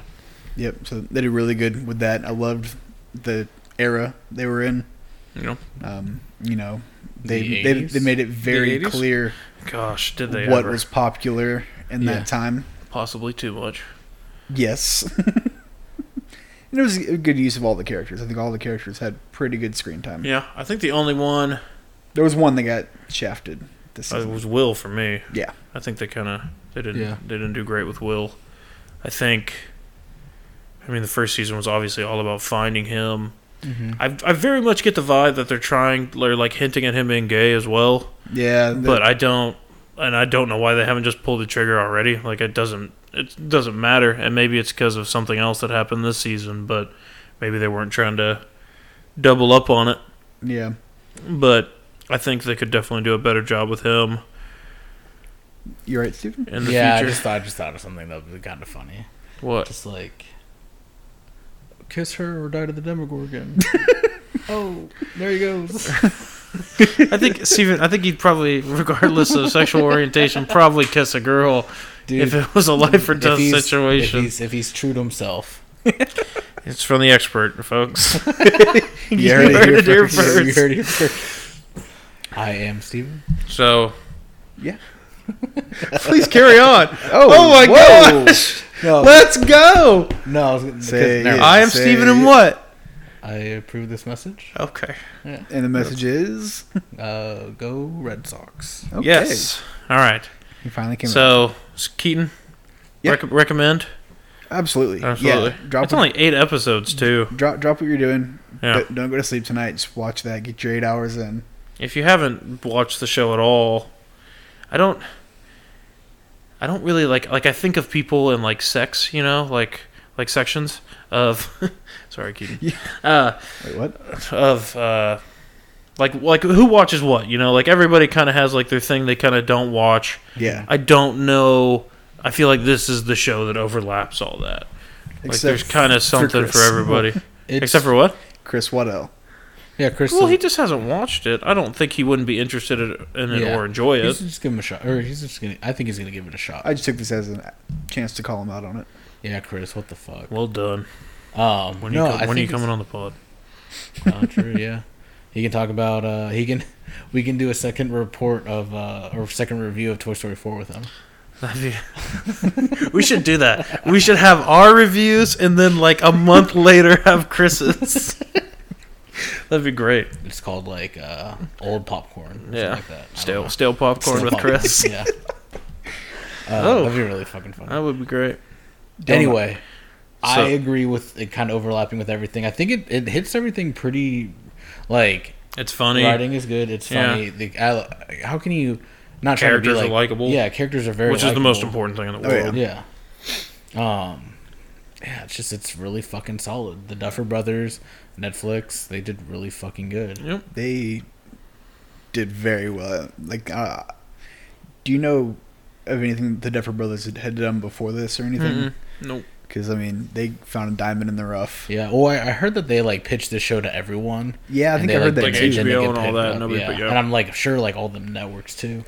Yep. So they did really good with that. I loved the era they were in.
You know,
Um, you know, they
The
they,
80s?
they made it
The
very
80s?
clear
gosh, did they
what
ever?
was popular in
Yeah.
that time.
possibly too much?
Yes. [laughs] And it was a good use of all the characters. I think all the characters had pretty good screen time.
Yeah, I think the only one
There was one that got shafted this
uh,
season.
was Will for me.
Yeah.
I think they kind of they didn't
Yeah.
they didn't do great with Will. I think. I mean, the first season was obviously all about finding him.
Mm-hmm.
I, I very much get the vibe that they're trying, they're like hinting at him being gay as well.
yeah, the-
but I don't, and I don't know why they haven't just pulled the trigger already. Like it doesn't, it doesn't matter, and maybe it's because of something else that happened this season. But maybe they weren't trying to double up on it.
yeah,
But I think they could definitely do a better job with him
you're right,
[laughs]
Stephen.
in the
yeah, I
future.
just thought I just thought of something that was kind of funny.
What?
Just like kiss her or die to the Demogorgon. oh, there he goes.
[laughs] I think Steven, I think he'd probably, regardless of
[laughs]
sexual orientation, probably kiss a girl if it was a life or
if
death
he's- If
situation.
he's, if he's true to himself,
It's from the expert, folks.
You
heard it here
here
first.
you heard it
[laughs]
first. I am Steven.
So
Yeah.
[laughs] please carry on.
[laughs] Oh,
Oh my
whoa.
gosh!
No,
Let's go.
no. I was gonna-
Say
because- never
it.
mind.
I am
Say
Steven and
it.
what?
I approve this message.
Okay.
And the message is
Uh, go Red Sox.
okay.
Yes. All right.
He finally came. out.
So, s- Keaton,
Yeah.
rec- recommend?
absolutely,
Absolutely.
Yeah, drop
it's
what,
only eight episodes, too.
drop drop what you're doing.
Yeah.
But don't go to sleep tonight. Just watch that. Get your eight hours in.
if you haven't watched the show at all, I don't. I don't really like like I think of people in like sex, you know, like like sections of. [laughs] sorry, Keaton.
Yeah.
Uh,
Wait, what?
of uh like like who watches what you know like everybody kind of has like their thing they kind of don't watch
Yeah,
i don't know i feel like this is the show that overlaps all that like there's kind of something for,
Chris.
everybody
[laughs] It's,
except for what
[laughs] Chris Waddell.
yeah, Chris.
well he
doesn't-
just hasn't watched it i don't think he wouldn't be interested in in it
Yeah.
or enjoy
he's
it
just give him a shot, or he's just gonna. I think he's gonna give it a shot.
I just took this as a chance to call him out on it.
yeah, Chris. What the fuck?
well done
Um,
when,
no,
you,
I
co- when are you
think it's-
coming on the
[laughs]
pod [laughs]
Uh, true, yeah. He can [laughs] talk about. Uh, he can. We can do a second report of uh, or second review of Toy Story Four with him.
That'd be- we should do that. We should have our reviews and then like a month [laughs] later have Chris's. [laughs] That'd be great.
It's called like uh, old popcorn. or
Yeah.
something like that. I don't
Stale
know.
stale popcorn
Stale
with
popcorn.
Chris.
[laughs] yeah. Uh,
Oh.
That'd be really fucking funny.
That would be great.
Anyway,
So-
I agree with it kind of overlapping with everything. I think it, it hits everything pretty. Like
It's funny.
writing is good. It's
Yeah.
funny. The, I, how can you not try to be,
Characters are
like-
likable.
Yeah, characters are very.
Which is the most
likable.
important thing in the
Oh, yeah.
world.
Yeah. Um yeah, it's just it's really fucking solid. The Duffer Brothers, Netflix, they did really fucking good.
Yep.
They did very well. Like, uh, do you know of anything the Duffer Brothers had, had done before this or anything?
Mm-mm. Nope.
Because I mean, they found a diamond in the rough.
Yeah. Oh, I, I heard that they like pitched this show to everyone.
Yeah, I
and
think
they,
I heard
like,
that
pitched
too.
it.
they
HBO
get
and all
picked
that, nobody picked it up.
And I'm like sure like all the networks too.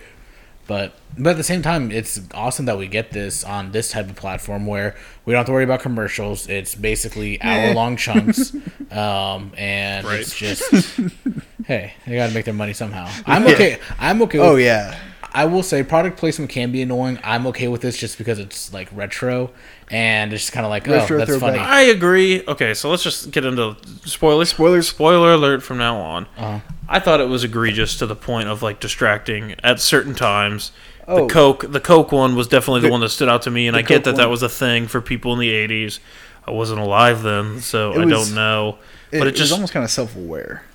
But but at the same time, it's awesome that we get this on this type of platform where we don't have to worry about commercials. It's
[laughs]
basically hour long chunks, um, and
Right.
[laughs]
it's just hey, they got to make their money somehow. I'm okay. I'm okay. With
Oh yeah,
I will say product placement can be annoying. I'm okay with this just because it's like retro and it's just kind of like, oh,
Retro
that's
throwback.
funny.
I agree. Okay, so let's just get into spoilers.
Spoilers.
Spoiler alert from now on.
Uh-huh.
I thought it was egregious to the point of like distracting at certain times.
Oh.
The Coke, the Coke one was definitely the,
The-
one that stood out to me, and I
Coke
get that
one.
that was a thing for people in the '80s. I wasn't alive then, so
It
I
was-
don't know.
it,
But it,
it was
just
almost kind of self-aware.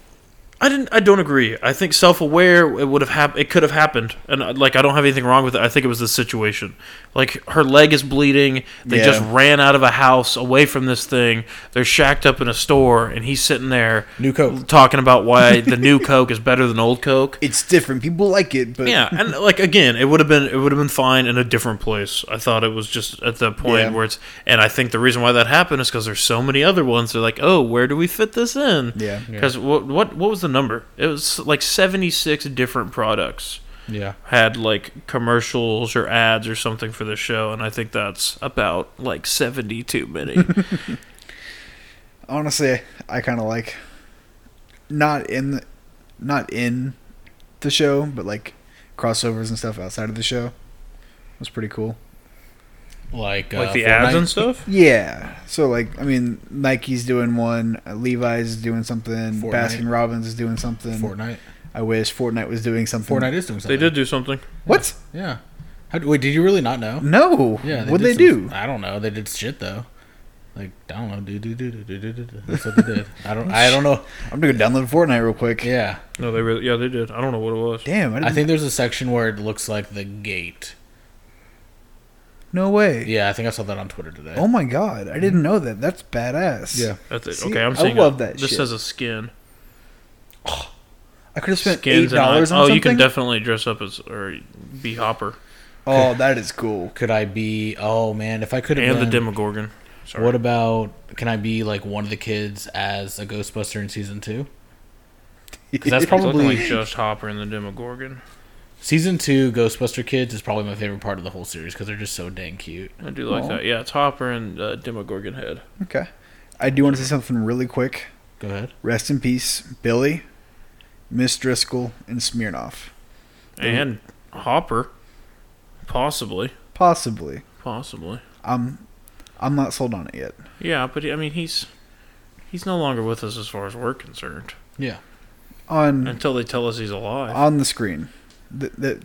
I didn't. I don't agree. I think self-aware. It would have hap- It could have happened, and uh, like I don't have anything wrong with it. I think it was the situation. Like her leg is bleeding. They
Yeah.
just ran out of a house, away from this thing. They're shacked up in a store, and he's sitting there
New Coke.
talking about why the new Coke is better than old Coke.
It's different. People like it, but
Yeah, and like again, it would have been it would have been fine in a different place. I thought it was just at the point
Yeah.
where it's, and I think the reason why that happened is because there's so many other ones. They're like, oh, where do we fit this in?
Yeah. Yeah.
because what what what was the number? It was like 76 different products
Yeah.
had like commercials or ads or something for the show, and I think that's about like 72
[laughs]
many.
honestly, I kind of like not in the, not in the show, but like crossovers and stuff outside of the show. was pretty cool.
Like, uh,
like the ads
Fortnite.
and stuff.
Yeah. So like, I mean, Nike's doing one, uh, Levi's is doing something,
Fortnite.
Baskin Robbins is doing something.
Fortnite.
I wish Fortnite was doing something.
Fortnite is doing
They
something.
did do something.
What?
Yeah. How, wait, did you really not know?
No.
Yeah.
What'd they
did
do?
some- I don't know. They did shit though. Like I don't know. Do do do do do do do. do. That's what they did. I don't. I
[laughs]
don't know.
I'm gonna go download Fortnite real quick.
Yeah.
No, they really. Yeah, they did. I don't know what it was.
Damn. I, didn't,
I think there's a section where it looks like the gate.
No way.
Yeah, I think I saw that on Twitter today.
Oh my god! I didn't know that. That's badass.
Yeah.
That's it.
See,
okay, I'm
I
seeing.
love
a-
that
This
shit.
has a skin.
I could have spent eight
skins and
dollars
eyes.
on
Oh,
something.
you can definitely dress up as or be Hopper
oh, that
[laughs]
is cool.
Could I be? Oh man, if I could have
and the
been-
Demogorgon. Sorry.
What about can I be like one of the kids as a Ghostbuster in season two? Because
[laughs]
that's
It's looking
probably
like just Hopper and the Demogorgon.
season two Ghostbuster kids is probably my favorite part of the whole series because they're just so dang cute.
I do like
Aw.
that. Yeah, it's Hopper and uh, Demogorgon head.
Okay. I do want to say something really quick.
Go ahead.
Rest in peace, Billy, Miss Driscoll, and Smirnoff.
And Hopper, possibly,
Possibly.
possibly.
I'm I'm not sold on it yet.
Yeah, but I mean he's he's no longer with us as far as we're concerned
Yeah,
On
until they tell us he's alive.
on the screen. The, the,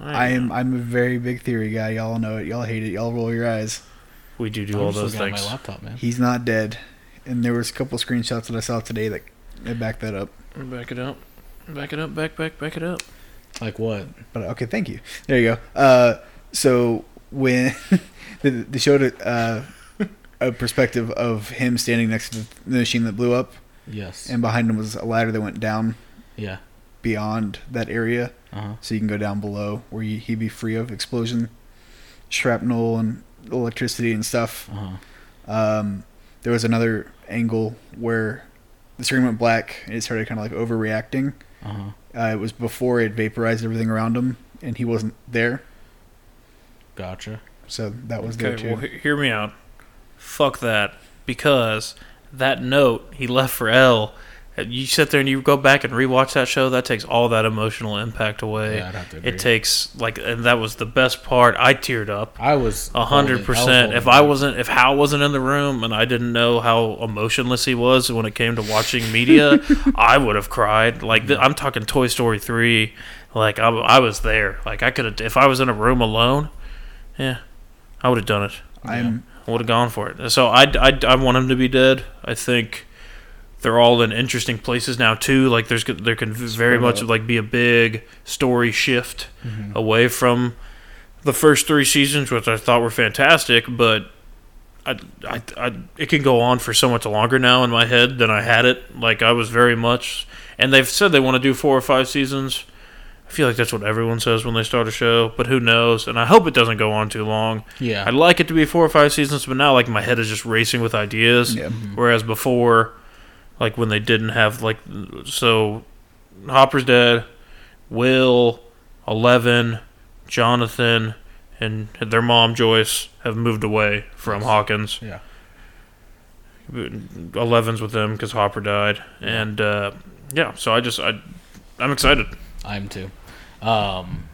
I
don't
am
know.
I'm a very big theory guy. Y'all know it. Y'all hate it. Y'all roll your eyes.
We do do
I'm
all
just
those
looking at
things.
My laptop, man.
He's not dead. And there was a couple screenshots that I saw today that, that back that up.
Back it up. Back it up. Back back back it up.
Like what?
But okay, thank you. There you go. Uh, so when [laughs] they, they showed uh, a perspective of him standing next to the machine that blew up,
Yes.
and behind him was a ladder that went down
yeah.
beyond that area,
Uh huh.
so you can go down below where you, he'd be free of explosion, shrapnel, and electricity and stuff.
Uh huh.
Um, there was another angle where the screen went black and it started kind of like overreacting.
Uh huh.
Uh, it was before it vaporized everything around him, and he wasn't there.
Gotcha.
So that was there
Okay,
too.
well, he- hear me out. Fuck that, because that note he left for L You sit there and you go back and rewatch that show. That takes all that emotional impact away.
Yeah, I'd have to agree.
it takes like, and that was the best part. I teared up
I was
a hundred percent. If I wasn't, if Hal wasn't in the room and I didn't know how emotionless he was when it came to watching media, I would have cried. Like th- I'm talking Toy Story three. Like I, I was there. Like I could have, if I was in a room alone, yeah, I would have done it.
I'm
would have gone for it. So I, I, I want him to be dead. I think they're all in interesting places now too. Like there's there can very
Spread
much
out.
like be a big story shift away from the first three seasons, which I thought were fantastic, but. I, I, I, it can go on for so much longer now in my head than I had it. Like I was very much, and they've said they want to do four or five seasons. I feel like that's what everyone says when they start a show, but who knows? And I hope it doesn't go on too long.
Yeah.
I'd like it to be four or five seasons, but now like my head is just racing with ideas.
Yeah.
Mm-hmm.
Mhm.
Whereas before, like when they didn't have like so, Hopper's dead, Will, Eleven, Jonathan, and their mom Joyce have moved away from Hawkins.
Yeah.
Eleven's with them because Hopper died, and uh, yeah. So I just I, I'm excited.
I'm too. Um,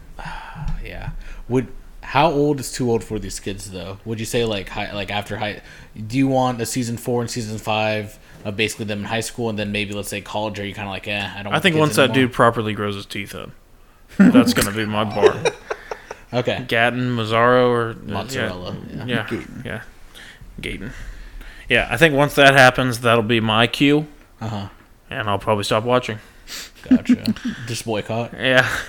yeah. Would how old is too old for these kids though? Would you say like high, like after high? Do you want a season four and season five of basically them in high school and then maybe let's say college? Are you kind of like eh? I don't.
I
want
think
kids
once that
anymore?
dude properly grows his teeth in, that's gonna be
[laughs]
my bar.
Okay.
Gatton, Mazzaro, or uh,
Mozzarella,
Yeah,
yeah.
yeah, yeah. Gaten. Yeah, I think once that happens, that'll be my cue,
Uh huh.
and I'll probably stop watching. [laughs]
Gotcha. Just boycott.
Yeah. [laughs]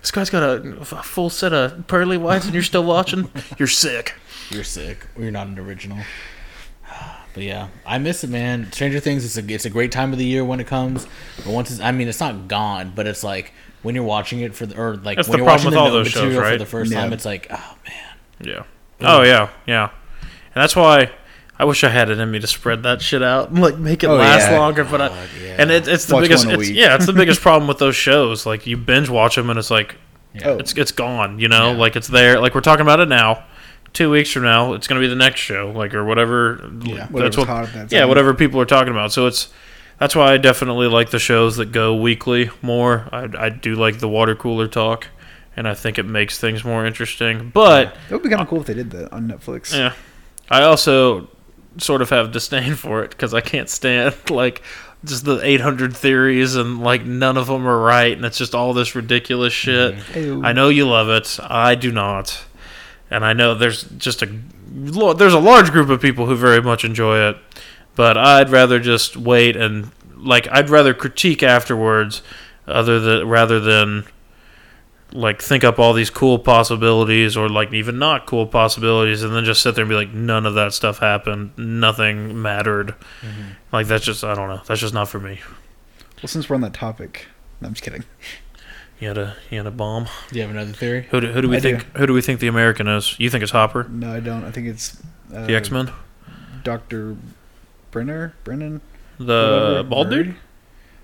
This guy's got a, a full set of pearly whites, and you're still watching. [laughs] You're sick.
You're sick. Or you're not an original. But yeah, I miss it, man. Stranger Things. It's a it's a great time of the year when it comes. But once it's, I mean, it's not gone, but it's like when you're watching it for the or like
That's
when
the
you're
problem
watching
with
the
all
no-
those shows,
material for
right?
the first
Yeah.
time. It's like, oh man,
Yeah. Oh yeah, yeah. And that's why I wish I had it in me to spread that shit out, and like make it
Oh,
last
yeah.
longer. But I,
God, yeah.
and it, it's the
Watch
biggest.
one a
It's,
week.
yeah,
[laughs]
it's the biggest problem with those shows. Like you binge watch them, and it's like
oh
it's it's gone. You know, like it's there. Like we're talking about it now. Two weeks from now, it's going to be the next show, like or whatever. Yeah,
whatever's hot at that
yeah,
time.
whatever people are talking about. So it's that's why I definitely like the shows that go weekly more. I, I do like the water cooler talk, and I think it makes things more interesting. But
it would be kind of cool if they did that on Netflix.
yeah. I also sort of have disdain for it because I can't stand [laughs] like just the 800 theories and like none of them are right and it's just all this ridiculous
Mm-hmm.
shit.
Ew.
I know you love it. I do not. And I know there's just a lo- there's a large group of people who very much enjoy it, but I'd rather just wait and like I'd rather critique afterwards other than rather than like think up all these cool possibilities or like even not cool possibilities and then just sit there and be like none of that stuff happened nothing mattered like that's just i don't know that's just not for me
Well, since we're on that topic, no, I'm just kidding.
you had a you had a bomb
do you have another theory?
who do, who do we
I do.
think who do we think the american is you think it's hopper
No, I don't. I think it's uh,
the x-men
Doctor Brenner, Brennan,
the
whatever,
Uh, bald
Murray?
dude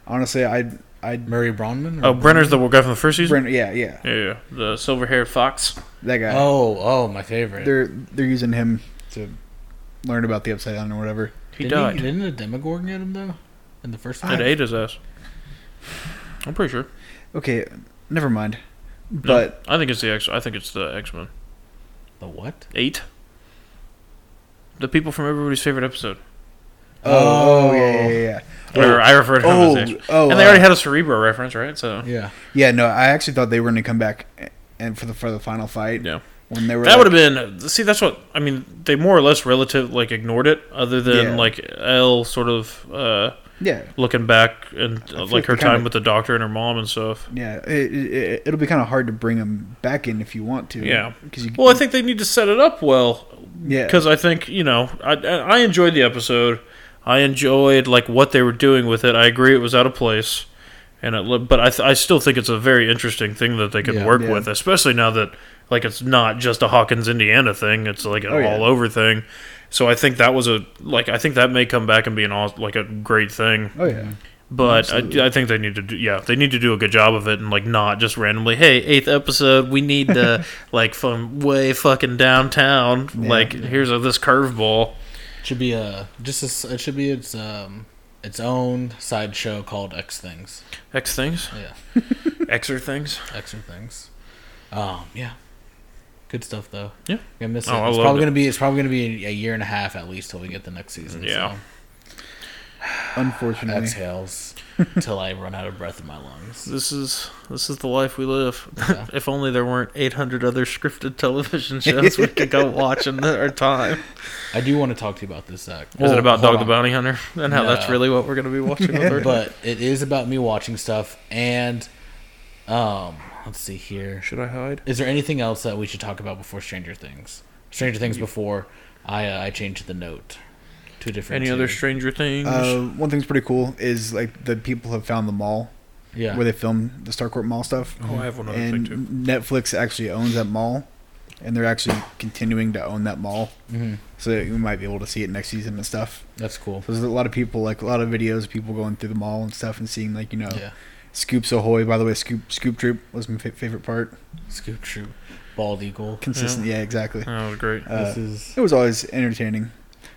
Honestly, I, I,
Murray Bronman.
oh brenner's the guy from the first season
Brenner, yeah, yeah,
yeah, yeah the silver haired fox
that guy.
Oh, oh, my favorite.
They're they're using him to learn about the Upside Down or whatever.
he
didn't
died
didn't the Demogorgon get him though? In the first
it
one.
ate his ass i'm pretty sure
Okay, never mind.
No,
But
i think it's the x i think it's the x-men
The what?
eight the people from everybody's favorite episode
oh, yeah, yeah, yeah.
Or I refer to him [laughs]
Oh,
as Ash.
oh,
and they already
uh,
had a Cerebro reference, right? So
Yeah.
Yeah, no, I actually thought they were going to come back a- and for the for the final fight.
Yeah.
when they were
that
like-
would have been. See, that's what I mean. They more or less relative like ignored it, other than
Yeah.
like Elle sort of uh,
yeah.
looking back and
feel
uh,
like
like
they
her time
kinda-
with the doctor and her mom and stuff.
Yeah, it, it, it'll be kind of hard to bring him back in if you want to.
Yeah.
because you
Well, I think they need to set it up well
yeah,
because I think you know I I enjoyed the episode. I enjoyed like what they were doing with it. I agree it was out of place, and it li- but I th- I still think it's a very interesting thing that they can
Yeah.
work
Yeah.
with, especially now that like it's not just a Hawkins Indiana thing. It's like an
Oh, yeah.
all over thing. So I think that was a like I think that may come back and be an all like a great thing.
oh yeah,
But
Absolutely.
I, I think they need to do yeah they need to do a good job of it and like not just randomly hey eighth episode we need [laughs] to like from way fucking downtown
Yeah.
like here's a, this curveball
Should be a just a s it should be its um its own sideshow called X Things.
X things,
Yeah,
Xer things.
X or Things. Um, yeah, good stuff though.
Yeah.
I miss it.
Oh, I
it's
loved
probably
it.
gonna be it's probably gonna be a year and a half at least till we get the next season.
Yeah.
so.
Unfortunately,
exhales [laughs] till I run out of breath in my lungs.
This is this is the life we live.
Yeah.
[laughs] if only there weren't 800 other scripted television shows we could [laughs] go watch in our time.
I do want to talk to you about this, Zach.
is it
Well,
about Dog
hold
the
on.
Bounty Hunter and how that's
No.
really what we're going to be [laughs] watching? with our-
But it is about me watching stuff, and um, let's see here.
Should I hide?
Is there anything else that we should talk about before Stranger Things? Stranger Things before I uh, I changed the note. Two different.
Any other
tiers.
Stranger Things?
uh, one thing's pretty cool is like the people have found the mall
yeah.
where they film the Starcourt Mall stuff,
oh, I have one other thing
and
too.
Netflix actually owns that mall, and they're actually continuing to own that mall,
hmm
so that we might be able to see it next season and stuff.
That's cool.
So there's a lot of people, like a lot of videos, of people going through the mall and stuff, and seeing like you know,
Yeah.
Scoops Ahoy. By the way, Scoop Scoop Troop was my fa- favorite part.
Scoop Troop, Bald Eagle.
Consistent, yeah, exactly.
That was Oh, great.
Uh,
this is
It was always entertaining.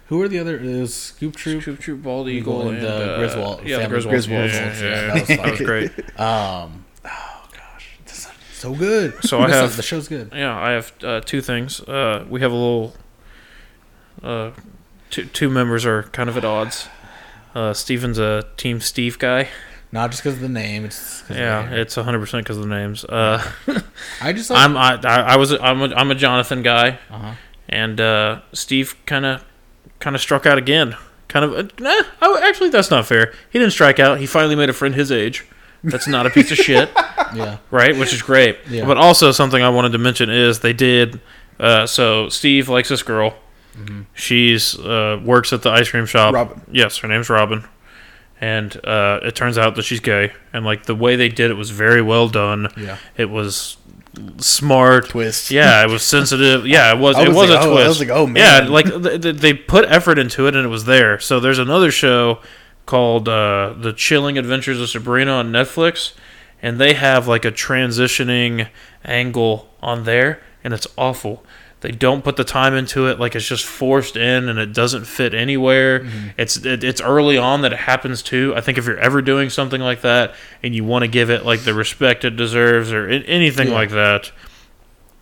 who are the other? Is Scoop Troop?
Troop, Troop, Bald
Eagle
Eagle,
and
and,
the
uh,
Griswold-
Yeah, the
family
Griswold.
Griswolds.
Yeah, yeah, [laughs] yeah.
That was
That was
fun.
great.
Um. Oh gosh, this is so good.
So I
This is-
have-
the show's good.
Yeah, I have uh, two things. Uh, we have a little. Uh, two two members are kind of at odds. Uh, Steven's a Team Steve guy.
Not just because of the name. It's 'cause of
Yeah,
the name.
it's 100 percent because of the names. Uh,
I just like.
I'm I, I I was I'm a, I'm a Jonathan guy,
uh-huh.
and uh, Steve kind of kind of struck out again. Kind of uh, nah, oh, actually that's not fair. He didn't strike out. He finally made a friend his age. That's not a piece of shit. [laughs]
Yeah.
right? Which is great.
Yeah.
But also something I wanted to mention is they did. Uh, so Steve likes this girl.
Mm-hmm.
She's uh, works at the ice cream shop.
Robin.
Yes, her name's Robin, and uh, it turns out that she's gay. And like the way they did it was very well done.
Yeah.
It was smart.
Twist.
Yeah, it was sensitive. Yeah, it was.
I
it
was
was
like,
a
oh, I
twist.
was like, oh,
Yeah,
man.
like th- th- they put effort into it, and it was there. So there's another show called uh, "The Chilling Adventures of Sabrina" on Netflix, and they have like a transitioning angle on there, and it's awful. They don't put the time into it; like it's just forced in, and it doesn't fit anywhere.
Mm-hmm.
It's it, it's early on that it happens too. I think if you're ever doing something like that, and you want to give it like the respect it deserves, or a- anything
Yeah.
like that,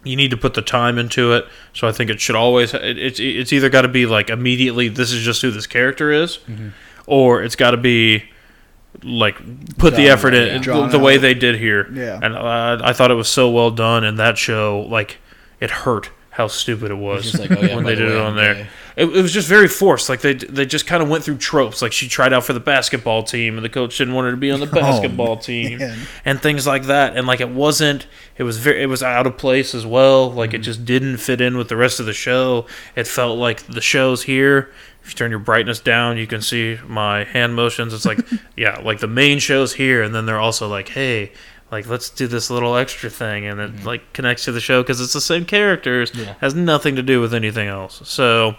you need to put the time into it. So I think it should always it, it's it's either got to be like immediately this is just who this character is,
Mm-hmm.
or it's got to be like put
Drawn
the effort
out,
in
yeah.
th-
Drawn
the way
out.
they did here.
Yeah.
and uh, I thought it was so well done, and that show like it hurt how stupid it was
just like, oh, yeah,
[laughs] when
by
they
the
did
way,
it
I'm
on there.
gay.
It, it was just very forced. Like they they just kind of went through tropes. Like she tried out for the basketball team, and the coach didn't want her to be on the
[laughs] Oh,
basketball team,
man.
and things like that. And like it wasn't. It was very. It was out of place as well. Like it just didn't fit in with the rest of the show. It felt like the show's here. If you turn your brightness down, you can see my hand motions. It's like yeah, like the main show's here, and then they're also like, hey. Like let's do this little extra thing, and it like connects to the show because it's the same characters,
Yeah.
has nothing to do with anything else. So,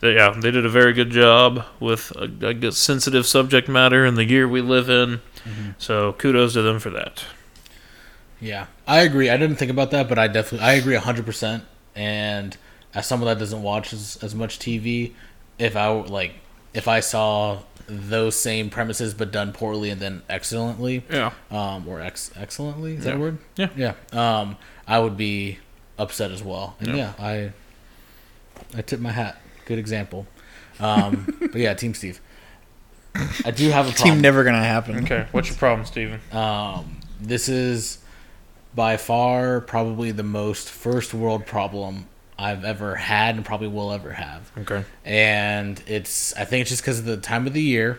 they- yeah, they did a very good job with a, a good sensitive subject matter in the year we live in. So kudos to them for that.
Yeah. I agree. I didn't think about that, but I definitely I agree hundred percent. And as someone that doesn't watch as, as much TV, if I were, like if I saw those same premises but done poorly and then excellently,
Yeah,
um, or ex- excellently is that a
Yeah.
word?
Yeah.
Yeah. Um, I would be upset as well. And yeah, I I tip my hat. Good example. Um, but yeah, Team Steve. I do have a problem.
Team never gonna happen.
Okay, what's your problem, Steven?
Um, this is by far probably the most first world problem I've ever had and probably will ever have.
Okay,
And it's I think it's just because of the time of the year,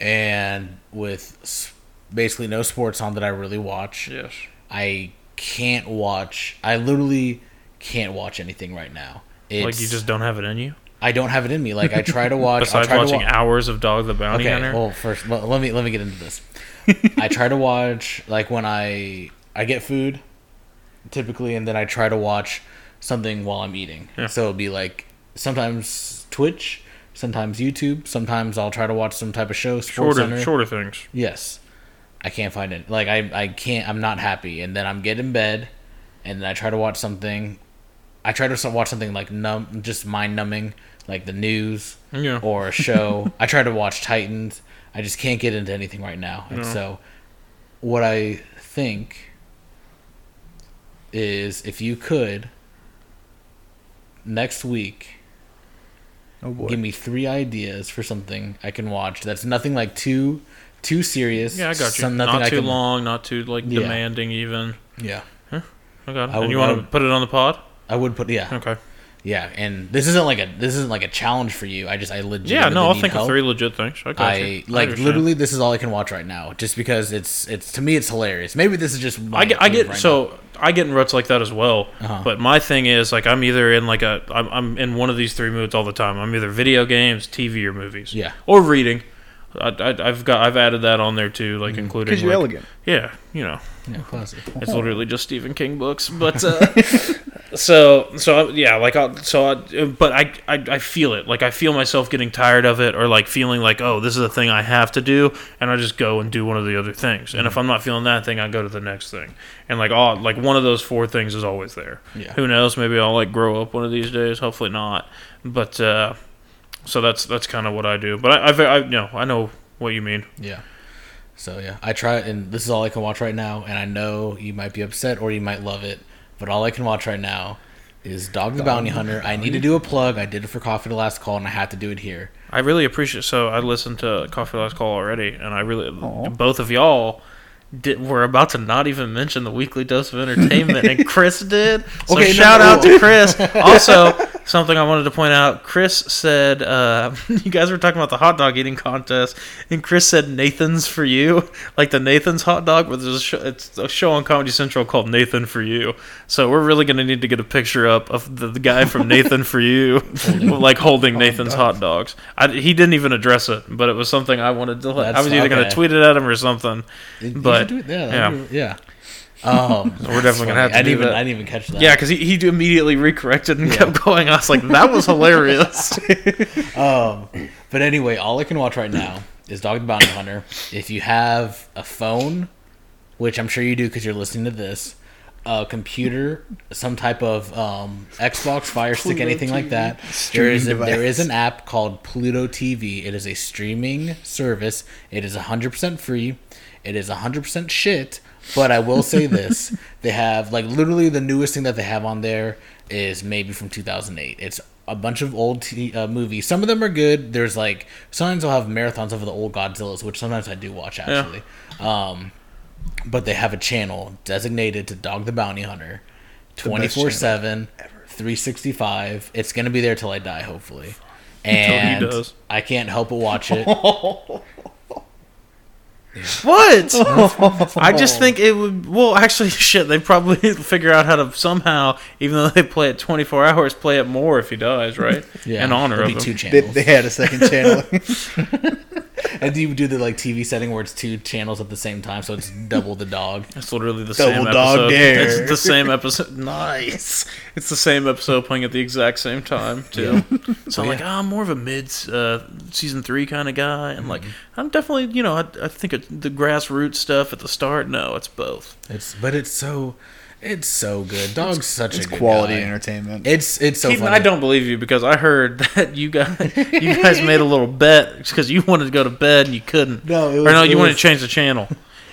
and with s- basically no sports on that I really watch.
yes,
I can't watch. I literally can't watch anything right now. It's,
like you just don't have it in you.
I don't have it in me. Like
[laughs]
I try to watch. I'll
Besides
try
watching
to wa-
hours of Dog the Bounty Hunter,
well, first let, let me let me get into this. I try to watch like when I I get food, typically, and then I try to watch something while I'm eating.
Yeah.
So it'll be like sometimes Twitch, sometimes YouTube, sometimes I'll try to watch some type of show. Sports
shorter
Center.
shorter things.
Yes, I can't find it. Like I I can't. I'm not happy, and then I'm get in bed, and then I try to watch something. I try to so- watch something like numb, just mind numbing, like the news
Yeah.
or a show. I try to watch Titans. I just can't get into anything right now. And
No.
so, what I think is if you could next week
Oh boy.
give me three ideas for something I can watch that's nothing like too too serious.
Yeah, I got you.
some- nothing
Not
I
too
can-
long, not too like
Yeah.
demanding even.
Yeah.
Oh god.
I
and
would-
you
I
want to
would-
put it on the pod?
I would put yeah.
Okay.
Yeah, and this isn't like a this isn't like a challenge for you. I just I legit
Yeah, no, I'll think
help.
of three legit things. I got you.
I like
understand.
literally this is all I can watch right now, just because it's it's to me it's hilarious. Maybe this is just my
I get, I
thing
get
right now.
so I get in ruts like that as well.
Uh-huh.
But my thing is like I'm either in like a I'm, I'm in one of these three moods all the time. I'm either video games, TV, or movies.
Yeah.
or reading. I, I, I've got I've added that on there too, like including
Because you're
like-
elegant.
Yeah, you know,
yeah, classy.
it's literally just Stephen King books, but uh, so so yeah, like I'll, so I, but I, I I feel it, like I feel myself getting tired of it, or like feeling like oh this is a thing I have to do, and I just go and do one of the other things, and if I'm not feeling that thing, I go to the next thing, and like oh like one of those four things is always there.
Yeah.
Who knows? Maybe I'll like grow up one of these days. Hopefully not, but uh, so that's that's kind of what I do. But I I've, I you know I know what you mean.
Yeah. So yeah, I try and this is all I can watch right now, and I know you might be upset or you might love it, but all I can watch right now is Dog the Bounty Hunter. I need to do a plug. I did it for Coffee to Last Call, and I have to do it here.
I really appreciate. So I listened to Coffee Last Call already, and I really
Aw.
both of y'all did, were about to not even mention the weekly dose of entertainment,
[laughs]
and Chris did. So
Okay, no,
shout
no.
out to Chris.
[laughs]
Also, something I wanted to point out: Chris said uh, [laughs] you guys were talking about the hot dog eating contest, and Chris said Nathan's for you, [laughs] like the Nathan's hot dog. But there's a show, it's a show on Comedy Central called Nathan for You. So we're really gonna need to get a picture up of the, the guy
[laughs]
from Nathan for You, [laughs] like holding Nathan's hot dogs. I, he didn't even address it, but it was something I wanted to. Let, I
That's-
was either
okay.
gonna tweet it at him or something.
You- you
But-
should do it. yeah,
yeah.
that'd be- yeah.
[laughs]
Um,
we're definitely gonna have to
I didn't
do
even
that.
I didn't even catch that.
Yeah, because he, he immediately recorrected and kept going. I was like, that was
[laughs]
hilarious.
Um, but anyway, all I can watch right now is Dog the Bounty Hunter. If you have a phone, which I'm sure you do because you're listening to this, a computer, some type of um, Xbox Fire Stick,
Pluto
anything like
TV.
that, there is a,
Streaming
there is
device.
an app called Pluto TV. It is a streaming service. It is 100% free. It is 100% shit. But I will say this: they have like literally the newest thing that they have on there is maybe from 2008. It's a bunch of old t- uh, movies. Some of them are good. There's like sometimes I'll have marathons of the old Godzillas, which sometimes I do watch actually. Um, but they have a channel designated to Dog the Bounty Hunter, twenty
best
four seven, three sixty five. It's gonna be there till I die, hopefully.
he
And
does.
I can't help but
[laughs]
watch it. [laughs]
What? I just think it would. Well, actually, [laughs] shit. They probably figure out how to somehow, even though they play it 24 hours, play it more if he dies, right?
Yeah,
In honor
it'll
of
be
him.
two
They,
channels.
they had a second
[laughs]
channel.
and you do the like TV setting where it's two channels at the same time, so it's double the dog.
It's literally the
Double
same
dog
episode.
dare.
It's
[laughs]
the same episode. Nice. It's the same episode playing at the exact same time too. So I'm like, oh, I'm more of a mid uh, season three kind of guy, and like,
Mm-hmm.
I'm definitely, you know, I, I think it, the grassroots stuff at the start. No, it's both.
It's but it's so, it's so good. Dog's such
it's
a good
quality
guy.
entertainment.
It's it's so
Keaton,
funny.
I don't believe you because I heard [laughs] that you guys you
[laughs]
guys made a little bet because you wanted to go to bed and you couldn't.
No, it
or
was-
no,
it
you wanted
was-
to change the channel,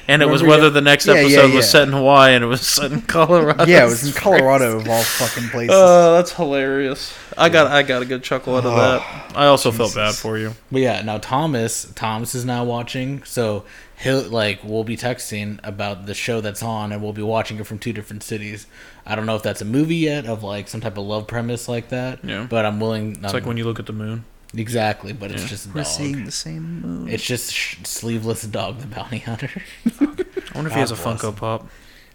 and it was
Remember,
whether
yeah.
the next
Yeah, yeah,
episode
yeah.
was set in Hawaii and it was set in [laughs] Colorado.
yeah, it was in
Springs.
Colorado of all
Uh,
fucking places.
Oh, that's hilarious! I got I got a good chuckle
Oh,
out of that. I also felt bad for you.
But yeah, now Thomas, Thomas is now watching, so he'll like we'll be texting about the show that's on, and we'll be watching it from two different cities. I don't know if that's a movie yet of like some type of love premise like that.
Yeah.
But I'm willing.
It's
Um,
like when you look at the moon.
exactly, but it's just dog.
the same moon.
It's just sh- sleeveless dog, the bounty hunter.
I wonder if he has a
bless
Funko Pop.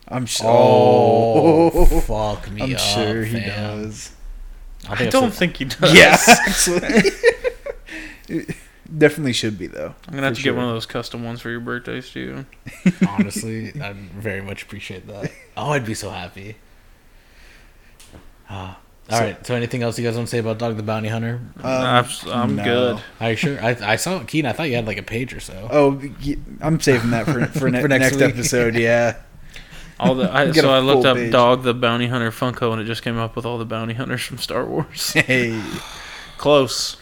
I'm sure.
Oh,
Oh,
[laughs] fuck me
I'm
up,
sure he
fam. [laughs]
does.
I,
I
think
don't
don't.
think
[laughs]
he does.
actually. [laughs] Definitely should be though.
I'm gonna have
For
to get one
sure.
of those custom ones for your birthday, Steven.
honestly, I very much appreciate that. Oh, I'd be so happy. Ah. all
So-
right. So, anything else you guys want to say about Dog the Bounty Hunter?
Um,
I'm, I'm
no.
good.
Are you sure? I, I saw Keen. I thought you had like a page or so.
Oh, y- I'm saving that for
[laughs]
for, ne-
For next
next,
week.
episode.
[laughs]
Yeah,
All the
[laughs]
I,
Get
so
a
I looked
full
up
page. [laughs]
Dog the Bounty Hunter Funko and it just came up with all the bounty hunters from Star Wars.
hey,
Close.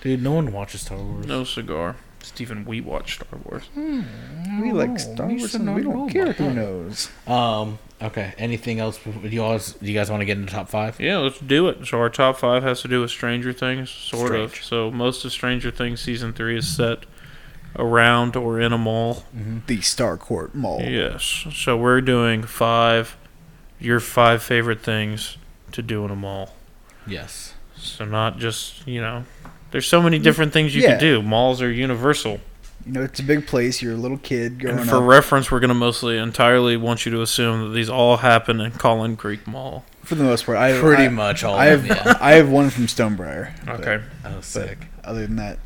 Dude, no one watches Star Wars.
No cigar. Stephen, we watch Star Wars.
We like Star Wars and we don't care who knows.
Um. Okay. Anything else? before- Do you always? Do you guys want to get into top five?
Yeah, let's do it. So our top five has to do with Stranger Things, sort of.
Strange.
So most of Stranger Things season three is set around or in a mall.
The Starcourt Mall.
Yes. So we're doing five. Your five favorite things to do in a mall.
Yes.
So not just you know. There's so many different things you
Yeah.
can do. Malls are universal.
You know, it's a big place. You're a little kid growing
and for
up.
reference, we're going to mostly entirely want you to assume that these all happen in Collin Creek Mall.
For the most part, I
Pretty
I,
much all
I
of
have
them. [laughs] Yeah.
[laughs] I have one from Stonebriar. but-
Okay.
Oh,
but
sick.
other than that,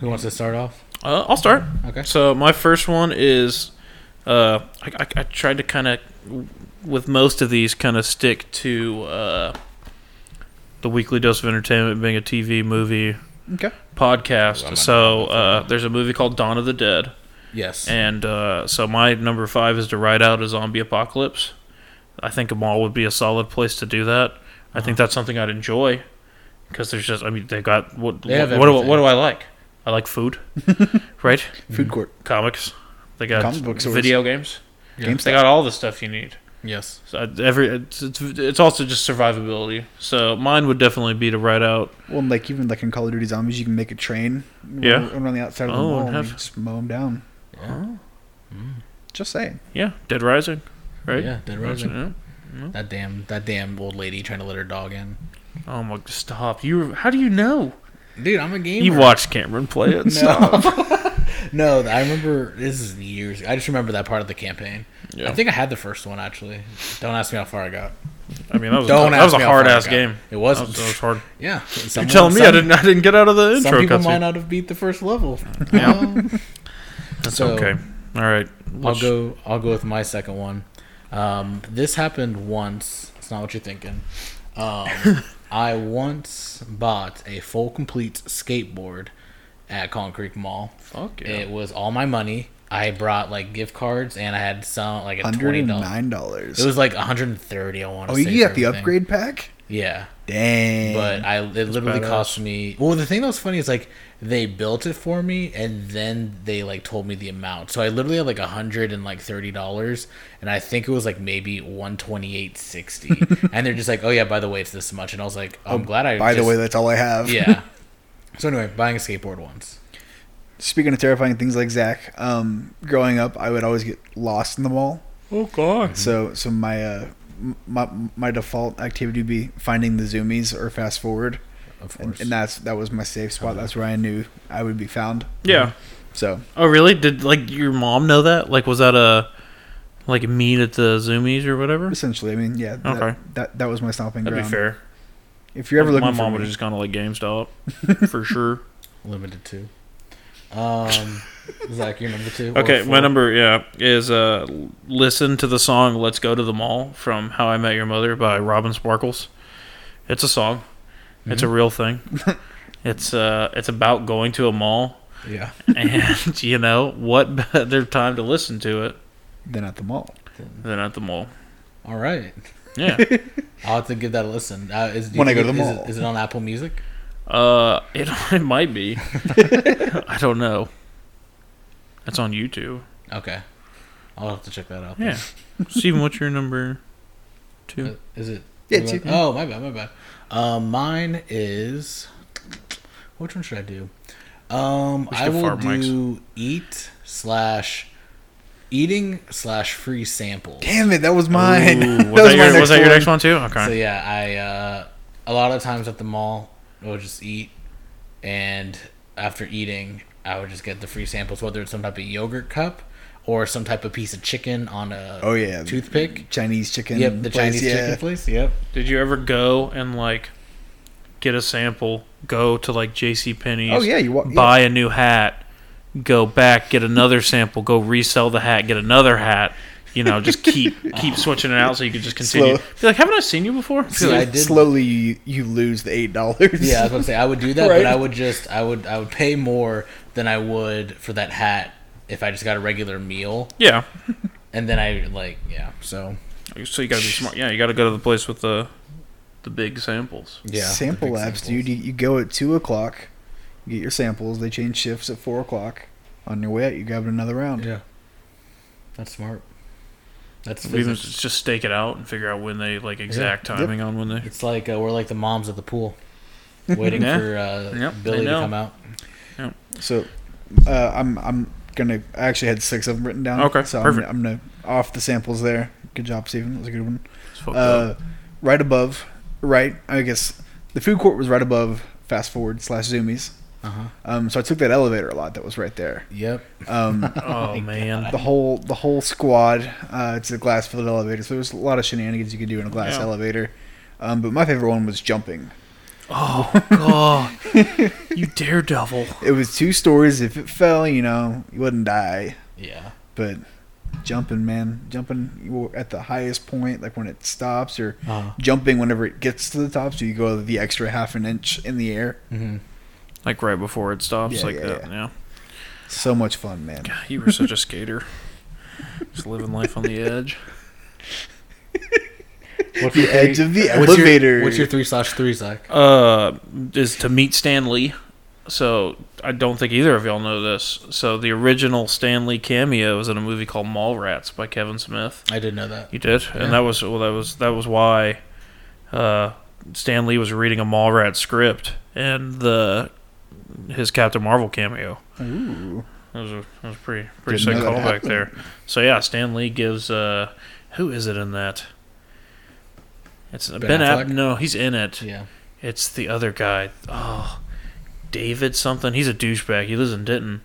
Who wants to start off?
Uh, I'll start.
Okay.
So my first one is, uh, I, I, I tried to kind of, with most of these, kind of stick to uh, the weekly dose of entertainment being a TV movie
okay.
Mm-hmm.
podcast.
I'm not-
So uh, there's a movie called Dawn of the Dead,
Yes.
and uh, so my number five is to ride out a zombie apocalypse. I think a mall would be a solid place to do that. I think that's something I'd enjoy because there's just, I mean, they got what?
They have
what, what, do,
everything.
what do I like? I like
[laughs]
food, right?
Food court.
comics. They got
Comic book stores.
video games.
Yeah.
GameStop.
They got all the stuff you need.
Yes.
So I- every it's, it's, it's also just survivability. So mine would definitely be to ride out.
Well, and like even like in Call of Duty Zombies, you can make a train. and
Yeah.
run- Run on the outside of the
Oh,
mall
and
and
have-
you just mow them down.
Oh.
Mm.
Just saying.
Yeah, Dead Rising, right?
Yeah. Dead
That's-
Rising.
yeah.
That damn. That damn old lady trying to let her dog in.
Oh my! Stop! You? How do you know?
Dude, I'm a gamer.
You watched Cameron play it.
[laughs] No.
No, I remember this is years. I just remember that part of the campaign.
Yeah.
I think I had the first one actually. Don't ask me how far I got.
I mean, that was
Don't
that was
ask
a
me how
hard
far I
ass
got.
game.
It was-
That was, that was hard.
Yeah,
You're telling me I didn't I didn't get out of the intro.
Some people
cutscene.
might not have beat the first level.
[laughs] Yeah.
Um,
That's
so,
okay. All right.
[laughs] I'll
Let's-
go. I'll go with my second one. Um, this happened once. It's not what you're thinking. Um,
[laughs]
I once bought a full complete skateboard at Concrete Mall.
Fuck yeah.
It was all my money. I brought like gift cards and I had some like a
Hundred
twenty
and
dollars.
nine dollars.
It was like 130. I want to.
Oh,
say
you got
for
the
everything.
upgrade pack?
Yeah,
Dang.
but I it literally
badass.
cost me. Well, the thing that was funny is like they built it for me and then they like told me the amount. So I literally had like 130 dollars, and I think it was like maybe
[laughs]
128.60. and they're just like, oh yeah, by the way, it's this much. And I was like, oh, I'm glad I.
By the
just- [laughs]
way, that's all I have.
yeah. So anyway, buying a skateboard once.
Speaking of terrifying things like Zach, um, growing up, I would always get lost in the mall.
oh god.
So, so my uh, m- my my default activity would be finding the zoomies or fast forward,
Of course.
and, and that's that was my safe spot. That's where I knew I would be found.
Yeah.
So
Oh really? Did like your mom know that? Like was that a like a meet at the Zoomies or whatever?
essentially, I mean, yeah, that,
Okay.
that that was my stomping
That'd be
ground.
fair.
If you're ever looking
my
for
mom would
me,
have just gone to like GameStop
[laughs]
for sure.
limited to. Um, Zach, your
[laughs]
number two. or
Okay, my
four?
number yeah is uh listen to the song "Let's Go to the Mall" from How I Met Your Mother by Robin Sparkles. It's a song. It's
Mm-hmm.
a real
[laughs]
thing. it's uh it's about going to a mall
Yeah.
and [laughs] you know what [laughs] better time to listen to it
then at the mall.
than at the mall.
All right.
Yeah.
[laughs]
I'll have to give that a listen. Uh, is, do you
When I
think
go to the
it- is
mall.
It, is it on Apple Music?
Uh, it, [laughs] it might be.
[laughs]
I don't know. That's on YouTube.
Okay, I'll have to check that out.
Yeah. Steven, what's your number
Uh,
two?
Is it?
Yeah, it's you.
Oh, my bad, my bad. Um, mine is. Which one should I do? Um,
We should
I
do
will
farm mics.
do eat slash eating slash free sample.
Damn it, that was [laughs] mine.
Uh, Ooh, was
that was
that,
my
your,
next
was that your
one.
next one too? Okay.
So yeah, I uh, a lot of times at the mall I would just eat, and after eating, I would just get the free samples, whether it's some type of yogurt cup or some type of piece of chicken on a
Oh yeah,
toothpick.
Chinese chicken.
Yep, the
place,
Chinese
yeah.
chicken place. Yep.
Did you ever go and like get a sample? Go to like J.C. Penney's.
Oh yeah, you walk. Yeah.
Buy a new hat. Go back, get another sample. Go resell the hat, get another hat. You know, just
[laughs]
keep keep switching it out so you can just continue.
Slow.
Be like, haven't I seen you before? Be
See,
like,
I did-
Slowly, you, you lose the eight dollars.
Yeah, I was gonna say I would do that,
Right.
but I would just I would I would pay more than I would for that hat if I just got a regular meal,
yeah.
and then I like yeah. So
So you gotta be smart. Yeah, you gotta go to the place with the the big samples.
Yeah.
sample
the big
labs,
samples.
dude. You, you go at two o'clock, you get your samples. They change shifts at four o'clock. On your way out, you grab another round.
Yeah. That's smart. That's
We even
physics.
s- just stake it out and figure out when they like exact
Yep.
timing on when they.
It's like uh, we're like the moms at the [laughs] pool, waiting
Yeah.
for uh,
Yep, I
Billy to
know.
come out.
So, uh, I'm I'm gonna. I actually had six of them written down.
Okay,
So
perfect.
I'm, I'm gonna off the samples there. Good job, Steven. That was a good one.
It's fucked up.
Uh, right above, right. I guess the food court was right above fast forward slash zoomies.
Uh huh.
Um, so I took that elevator a lot that was right there.
Yep.
Um, [laughs]
Oh, man,
the whole the whole squad. Uh, it's a glass filled elevator, so there's a lot of shenanigans you could do in a glass
Yeah.
elevator. Um, but my favorite one was jumping.
oh god,
[laughs]
you daredevil!
It was two stories. If it fell, you know, you wouldn't die.
Yeah.
But jumping, man, jumping you were at the highest point, like when it stops, or
Uh-huh.
jumping whenever it gets to the top, so you go the extra half an inch in the air.
Mm-hmm.
Like right before it stops,
Yeah,
like
yeah,
that.
yeah.
Yeah.
So much fun, man.
God, you were such a skater. Just living life on the edge.
What's
The
your three-
edge of the
what's your-
elevator.
What's your three slash three, Zach?
uh, is to meet Stan Lee. So I don't think either of y'all know this. So the original Stan Lee cameo was in a movie called Mallrats by Kevin Smith.
I didn't know that.
You did,
Yeah.
and that was well, that was that was why uh, Stan Lee was reading a Mallrats script and the his Captain Marvel cameo.
Ooh.
That was a, that was a pretty pretty sick
Didn't know that
callback
happened.
there. So yeah, Stan Lee gives uh, who is it in that? It's Ben, ben
Affleck?
App. No, he's in it.
Yeah.
It's the other guy. Oh, David something. He's a douchebag. He lives in
[laughs]
Denton.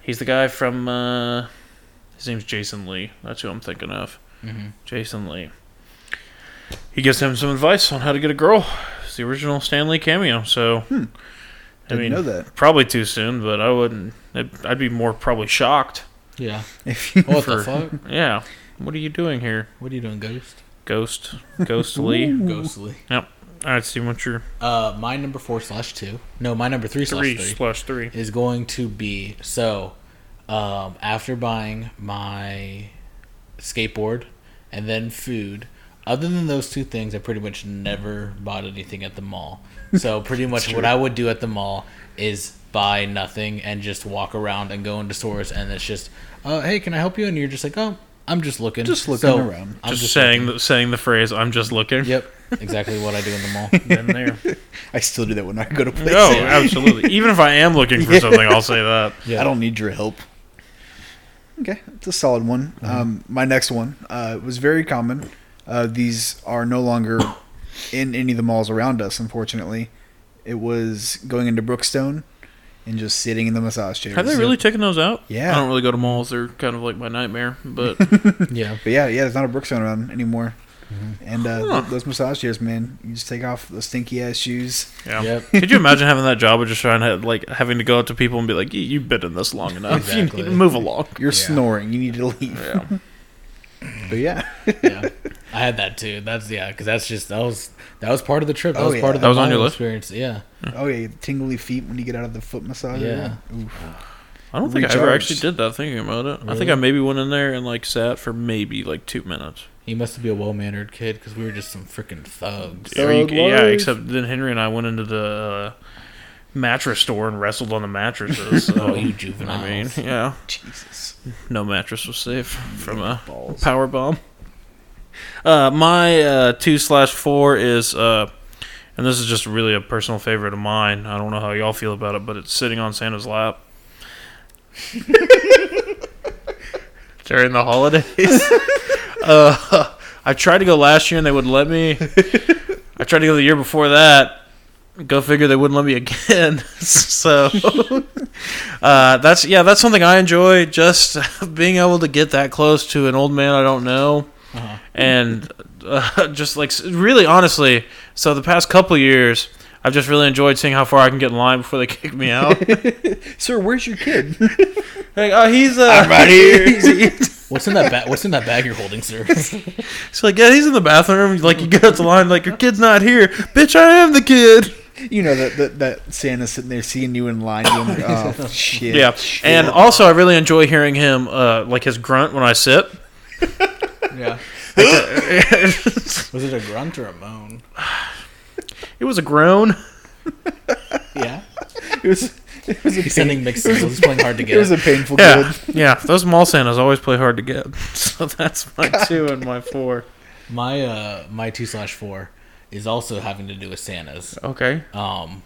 He's the guy from. Uh, his name's Jason Lee. That's who I'm thinking of.
Mm-hmm.
Jason Lee. He gives him some advice on how to get a girl. It's the original Stanley cameo. So, I
Hmm. Didn't
mean,
know that. [laughs]
probably too soon, but I wouldn't. I'd, I'd be more probably shocked.
Yeah.
If you
Oh, What
For-
the [laughs] fuck?
Yeah. What are you doing here,
What are you doing, Ghost?
Ghost? Ghost Lee.
Ghostly.
All right, see what your
Uh, my number four slash two. No, my number three slash
three
three.
slash three.
is going to be so um, after buying my skateboard and then food other than those two things i pretty much never bought anything at the mall
[laughs]
so pretty much what i would do at the mall is buy nothing and just walk around and go into stores and it's just uh, hey can i help you and you're just like oh i'm just looking
Just looking around.
Just, saying the, saying the phrase. I'm just looking.
looking. yep exactly what i do in the
[laughs]
mall
Been there.
I still do that when I go to places.
No, absolutely. Even if I am looking for something, I'll say that.
yeah
I don't need your help. Okay, it's a solid one.
Mm-hmm.
Um, my next one uh, was very common. Uh, these are no longer in any of the malls around us, unfortunately. It was going into Brookstone and just sitting in the massage chairs.
Have they really taken those out?
Yeah.
I don't really go to malls. They're kind of like my nightmare. But
yeah
But yeah, yeah, there's not a Brookstone around anymore.
Mm-hmm.
And uh, th- those massage chairs, man, you just take off those stinky ass shoes.
yeah.
Yep.
Could you imagine having that job of just trying to like having to go out to people and be like, "Y- "You've been in this long enough.
Exactly.
You need to move along."
You're
Yeah.
snoring. You need to leave.
Yeah.
[laughs]
[laughs]
But yeah,
yeah, I had that too. That's yeah, because that's just that was that was part of the trip. That
Oh,
was
yeah.
part of the
That was on
Maui
your list?
experience. Yeah,
oh yeah, tingly feet when you get out of the foot massage.
Yeah.
Oof.
I don't think I ever
Recharged.
actually did that. Thinking about it, I think
Really?
I maybe went in there and like sat for maybe like two minutes.
he must be a well mannered kid because we were just some freaking thugs.
Or you-
Thug
yeah.
life.
Except then Henry and I went into the uh, mattress store and wrestled on the [laughs] mattresses. So,
Oh,
I
you
mean,
juveniles!
yeah. [laughs]
Jesus.
No mattress was safe from a
Balls.
power bomb. Uh, my uh, two slash four is, uh, and this is just really a personal favorite of mine. I don't know how y'all feel about it, but it's sitting on Santa's lap [laughs] during the holidays. [laughs] uh, I tried to go last year and they wouldn't let [laughs] me. I tried to go the year before that. Go figure, they wouldn't let me again. [laughs] so uh, that's yeah, that's something I enjoy. Just [laughs] being able to get that close to an old man I don't know,
Uh-huh.
and uh, [laughs] just like s- really honestly. So the past couple years, I've just really enjoyed seeing how far I can get in line before they [laughs] kick me
[laughs]
out.
Sir, where's your kid?
like, oh, he's uh,
I'm right here.
he's-
What's in that bag? What's in that bag you're
[laughs]
holding, sir?
It's like, yeah, [laughs] he's in the bathroom. Like, you get out the line, like, your kid's not here. Bitch, I am the kid.
you know that, that that Santa's sitting there seeing you in line. Doing, like, oh shit!
Yeah.
shit."
And also, I really enjoy hearing him, uh, like, uh, his grunt when I sit.
yeah, [laughs]
[gasps]
Was it a grunt or a moan?
[laughs] It was a groan.
Yeah.
It was it was a
He's
pain-
sending mixed signals. He's playing hard
[laughs]
to
it was
get.
a painful
Yeah, [laughs]
good.
yeah. Those mall Santas always play hard to get, [laughs] so that's my [laughs] two and my four.
My uh, my two slash four is also having to do with Santa's.
Okay.
Um,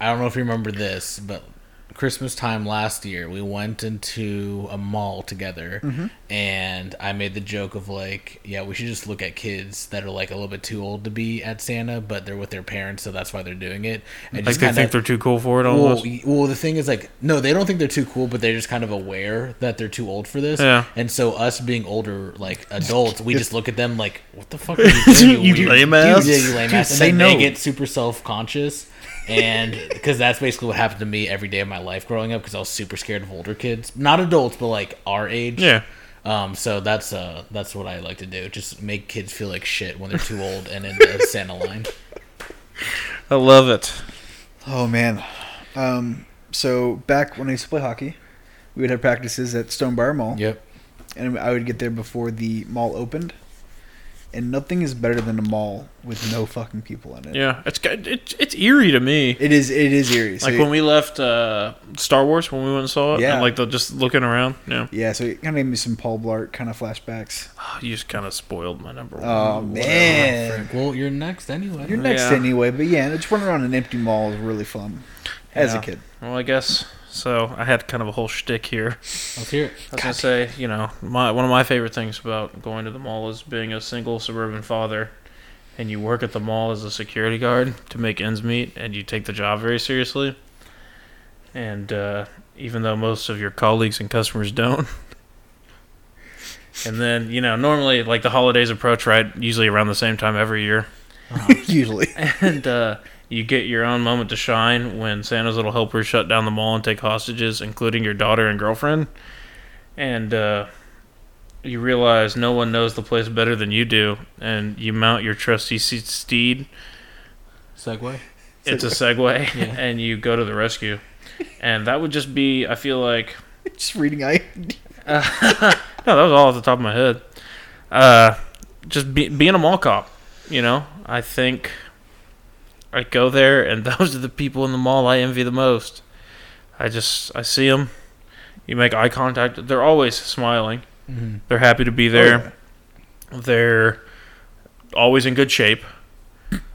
I don't know if you remember this, but Christmas time last year, we went into a mall together,
Mm-hmm.
and I made the joke of like, yeah, we should just look at kids that are like a little bit too old to be at Santa, but they're with their parents, so that's why they're doing it. And
Like
just
they
kinda-
think they're too cool for it.
well,
Almost.
y- well, the thing is, like, no, they don't think they're too cool, but they're just kind of aware that they're too old for this.
Yeah.
And so, us being older, like adults, we just look at them like, "What the
[laughs]
fuck are you doing?
You
weird-
lame ass."
Yeah, you lame
Dude,
ass." And
say
then they
no.
get super self conscious, and [laughs] because that's basically what happened to me every day of my life growing up, because I was super scared of older kids, not adults, but like our age.
Yeah.
Um, so that's uh that's what I like to do. Just make kids feel like shit when they're too old and in the Santa
[laughs]
line.
I love it.
Oh man. Um, so back when I used to play hockey, we would have practices at Stone Bar Mall,
Yep.
and I would get there before the mall opened. And nothing is better than a mall with no fucking people in it.
Yeah, it's got- it, it's eerie to me.
It is. It is eerie. So
like when we left uh, Star Wars, when we went and saw it,
Yeah.
and like the, just looking around, yeah,
yeah. So it kind of gave me some Paul Blart kind of flashbacks.
Ah, you just kind of spoiled my number one.
Oh man.
Frank, well, you're next anyway.
You're next
Yeah.
anyway, but yeah, just running around an empty mall is really fun. As
Yeah.
a kid, [laughs]
Well, I guess so. I had kind of a whole shtick here.
Let's hear it.
I was gonna say, you know, my one of my favorite things about going to the mall is being a single suburban father, and you work at the mall as a security guard to make ends meet, and you take the job very seriously. And uh, even though most of your colleagues and customers don't. And then, you know, normally like the holidays approach, right? Usually around the same time every year.
usually. [laughs]
And uh, you get your own moment to shine when Santa's little helpers shut down the mall and take hostages, including your daughter and girlfriend. And uh, you realize no one knows the place better than you do, and you mount your trusty se- steed.
Segway.
It's a Segway,
Yeah.
and you go to the rescue. And that would just be, I feel like,
just reading. I
No, that was all off the top of my head. Uh, just be, being a mall cop, you know. I think I go there, and [laughs] those are the people in the mall I envy the most. I just I see them. You make eye contact. They're always smiling.
Mm-hmm.
They're happy to be there. They're always in good shape,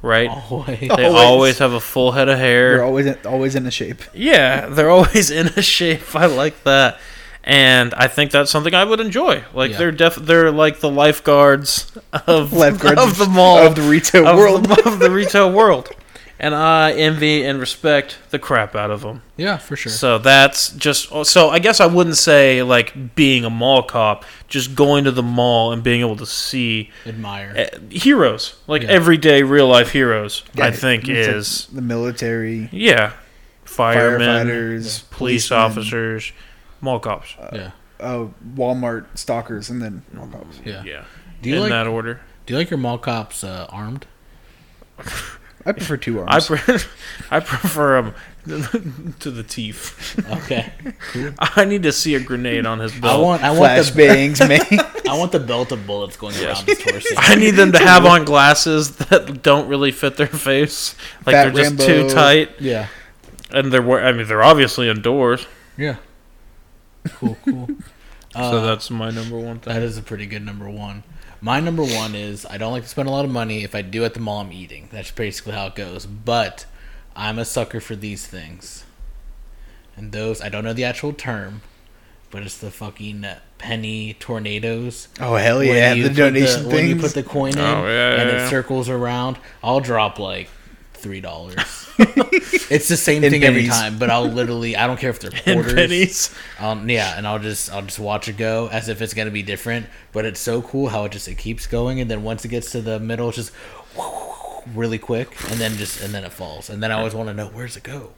right?
Always.
They
Always.
always. have a full head of hair.
You're always in, always in a shape. [laughs]
Yeah, they're always [laughs] in a shape. I like that, and I think that's something I would enjoy. Like
Yeah.
they're def- they're like the lifeguards of
Lifeguards
of the mall
of the retail
of
world.
the, [laughs] of the retail world, and I envy and respect the crap out of them.
Yeah, for sure.
So that's just so I guess I wouldn't say like being a mall cop, just going to the mall and being able to see
Admire.
eh, heroes like
Yeah.
everyday real life heroes. I
Yeah,
think
it's like
is
the military,
yeah, firemen
firefighters,
police
policemen,
officers, mall cops.
yeah,
uh, Walmart stalkers, and then mall
Mm.
cops.
yeah.
yeah,
Do you
in
like
that order.
Do you like your mall cops uh, armed?
I prefer two
I
arms.
pre- [laughs] I prefer him [laughs] to the teeth.
Okay.
[laughs] I need to see a grenade on his
[laughs] I
belt. I, [laughs]
want. I want the.
Flashbangs, man.
I want the belt of bullets going
Yes.
around his
[laughs]
torso.
need them to have
[laughs]
on glasses that don't really fit their face, like
Fat
they're just
Rambo.
too tight.
yeah.
And they're wear- I mean they're obviously indoors,
Yeah. Cool. Cool. Uh,
so that's my number one thing. [laughs]
that is a pretty good number one. My number one is I don't like to spend a lot of money. If I do at the mall, I'm eating. That's basically how it goes. But I'm a sucker for these things. And those I don't know the actual term, but it's the fucking penny tornadoes.
oh hell
when
yeah,
you
the
put
donation
the-
things.
When you put the coin in
Oh, yeah,
and
yeah,
it
yeah.
circles around, I'll drop like
[laughs]
three dollars. it's the same
In
thing every
pennies.
time, but I'll literally I don't care
[laughs]
if they're
And
quarters.
pennies.
Um, yeah, and I'll just I'll just watch it go as if it's gonna be different. But it's so cool how it just it keeps going, and then once it gets to the middle, it's just [laughs] really quick, and then just and then it falls, and then I always want to know where's it go.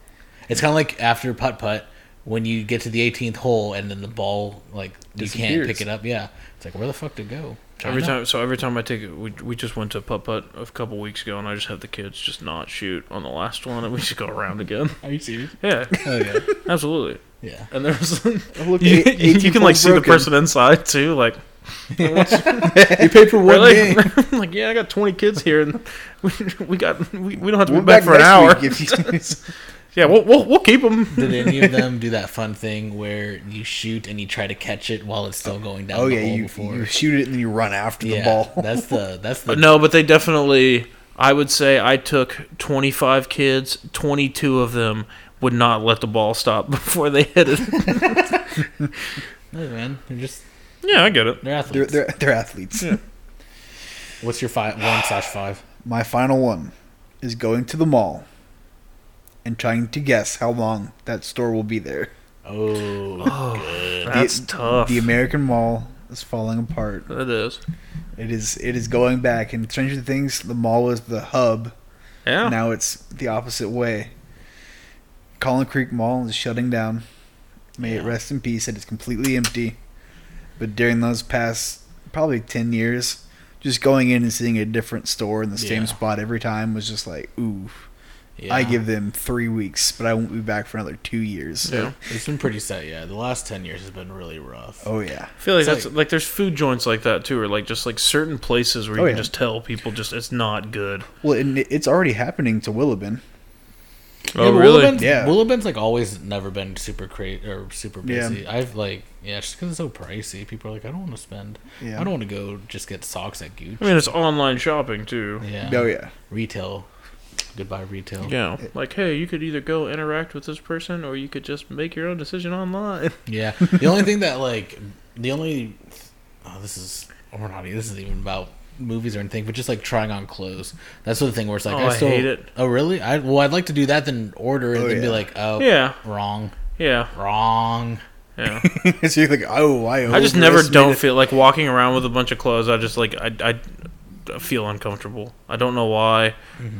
It's kind of like after putt putt when you get to the 18th hole and then the ball like you can't
Disappears.
pick it up. Yeah, it's like where the fuck did it go?
Every
China?
time, so every time I take it, we, we just went to putt putt a couple weeks ago, and I just had the kids just not shoot on the last one, and we just go around again. [laughs]
Are you
[laughs]
serious?
Yeah,
Oh yeah,
absolutely.
yeah.
And there's
I've
[laughs]
looked
you,
at 18
you can like
holes
see the
broken.
person inside too, like
[laughs] You pay for one
Really?
game.
[laughs] I'm like, yeah, I got 20 kids here, and [laughs] we, we got we, we don't have to
We're
be back, for an hour. [laughs]
next week if you- [laughs]
Yeah, we'll, we'll we'll keep them.
Did any of them do that fun thing where you shoot and you try to catch it while it's still going down?
oh
the
yeah,
hole
you,
before?
you shoot it and then you run after
yeah,
the ball.
that's the
[laughs]
that's the
No, but they definitely. I would say I took 25 kids. 22 of them would not let the ball stop [laughs] before they hit it.
Hey, man. They're just
yeah, I get it.
they're
They're,
athletes.
they're, they're athletes.
What's your five one slash five?
My final one is going to the mall and trying to guess how long that store will be there.
Oh,
The-
That's tough.
The American Mall is falling apart.
that is.
It is it is going back. And Stranger Things, the mall was the hub.
Oh.
Yeah.
Now it's the opposite way. Collin Creek Mall is shutting down. May it
Yeah.
rest in peace. It is completely empty. But during those past probably 10 years, just going in and seeing a different store in the same
Yeah.
spot every time was just like, ooh,
yeah.
I give them three weeks, but I won't be back for another two years.
yeah.
It's been pretty set. Yeah, the last ten years has been really rough.
Oh, yeah.
I feel like
It's
that's
like-
like, there's food joints like that too, or like just like certain places where you
Oh,
can
yeah.
just tell people just it's not good.
Well, and it- it's already happening to Willabin.
Oh,
but
really?
Willabend's,
Yeah.
Willabend's like always never been super crazy or super
Yeah.
busy. I've like yeah, just because it's so pricey, people are like, I don't want to spend.
Yeah.
I don't want to go just get socks at Gucci.
I mean, it's online shopping too.
yeah.
Oh, yeah. [laughs]
Retail. Goodbye retail.
Yeah. Like, hey, you could either go interact with this person or you could just make your own decision online.
Yeah. The only thing that like the only oh, this is or not this is even about movies or anything, but just like trying on clothes. That's the thing where it's like
Oh,
I,
I
still,
hate it.
Oh really? I well I'd like to do that then order it
Oh,
and be
yeah.
like, oh
Yeah.
wrong.
Yeah.
Wrong.
Yeah.
so you're like, oh, I
I just never
overestimated-
don't feel like walking around with a bunch of clothes. I just like I, I feel uncomfortable. I don't know why,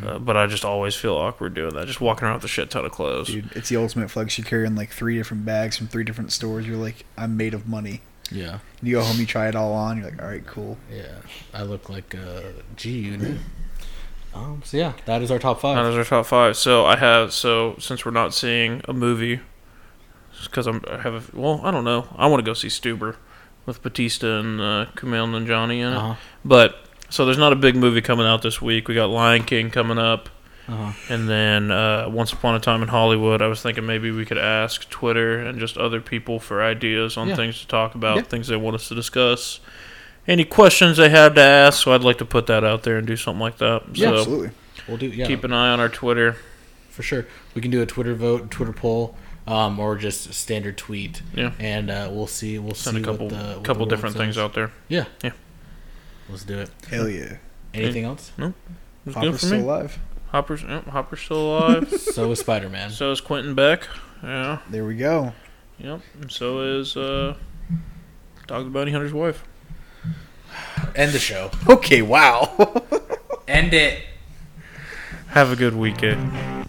uh, but I just always feel awkward doing that. Just walking around with a shit ton of clothes.
Dude, it's the ultimate flex. You're carrying like three different bags from three different stores. You're like, I'm made of money.
Yeah.
You go home, you try it all on. You're like, all right, cool.
Yeah. I look like a G unit. Um so yeah, that is our top
Uh,
five.
those are top five. So I have so since we're not seeing a movie, because I'm I have a, well I don't know I want to go see Stuber with Batista and uh, Kumail and Johnny in it.
Uh-huh.
But so there's not a big movie coming out this week. We got Lion King coming up,
Uh-huh.
and then uh, Once Upon a Time in Hollywood. I was thinking maybe we could ask Twitter and just other people for ideas on
Yeah.
things to talk about,
Yeah.
things they want us to discuss. Any questions they have to ask, so I'd like to put that out there and do something like that.
Yeah,
so
Absolutely.
We'll do yeah.
keep an eye on our Twitter.
for sure. We can do a Twitter vote, Twitter poll, um, or just standard tweet.
Yeah.
And uh, we'll see. We'll
send
see
a couple
what the, what the
couple
world
different
says.
things out there.
Yeah.
Yeah.
Let's do it.
Hell yeah.
Anything else?
It's good
Hopper's
for me.
still alive.
Hopper's yep, Hopper's still
[laughs]
alive.
So is Spider Man.
so is Quentin Beck. Yeah.
There we go.
Yep. And so is uh, Dog the Bounty Hunter's wife.
End the show.
Okay, wow. [laughs]
End it.
Have a good weekend.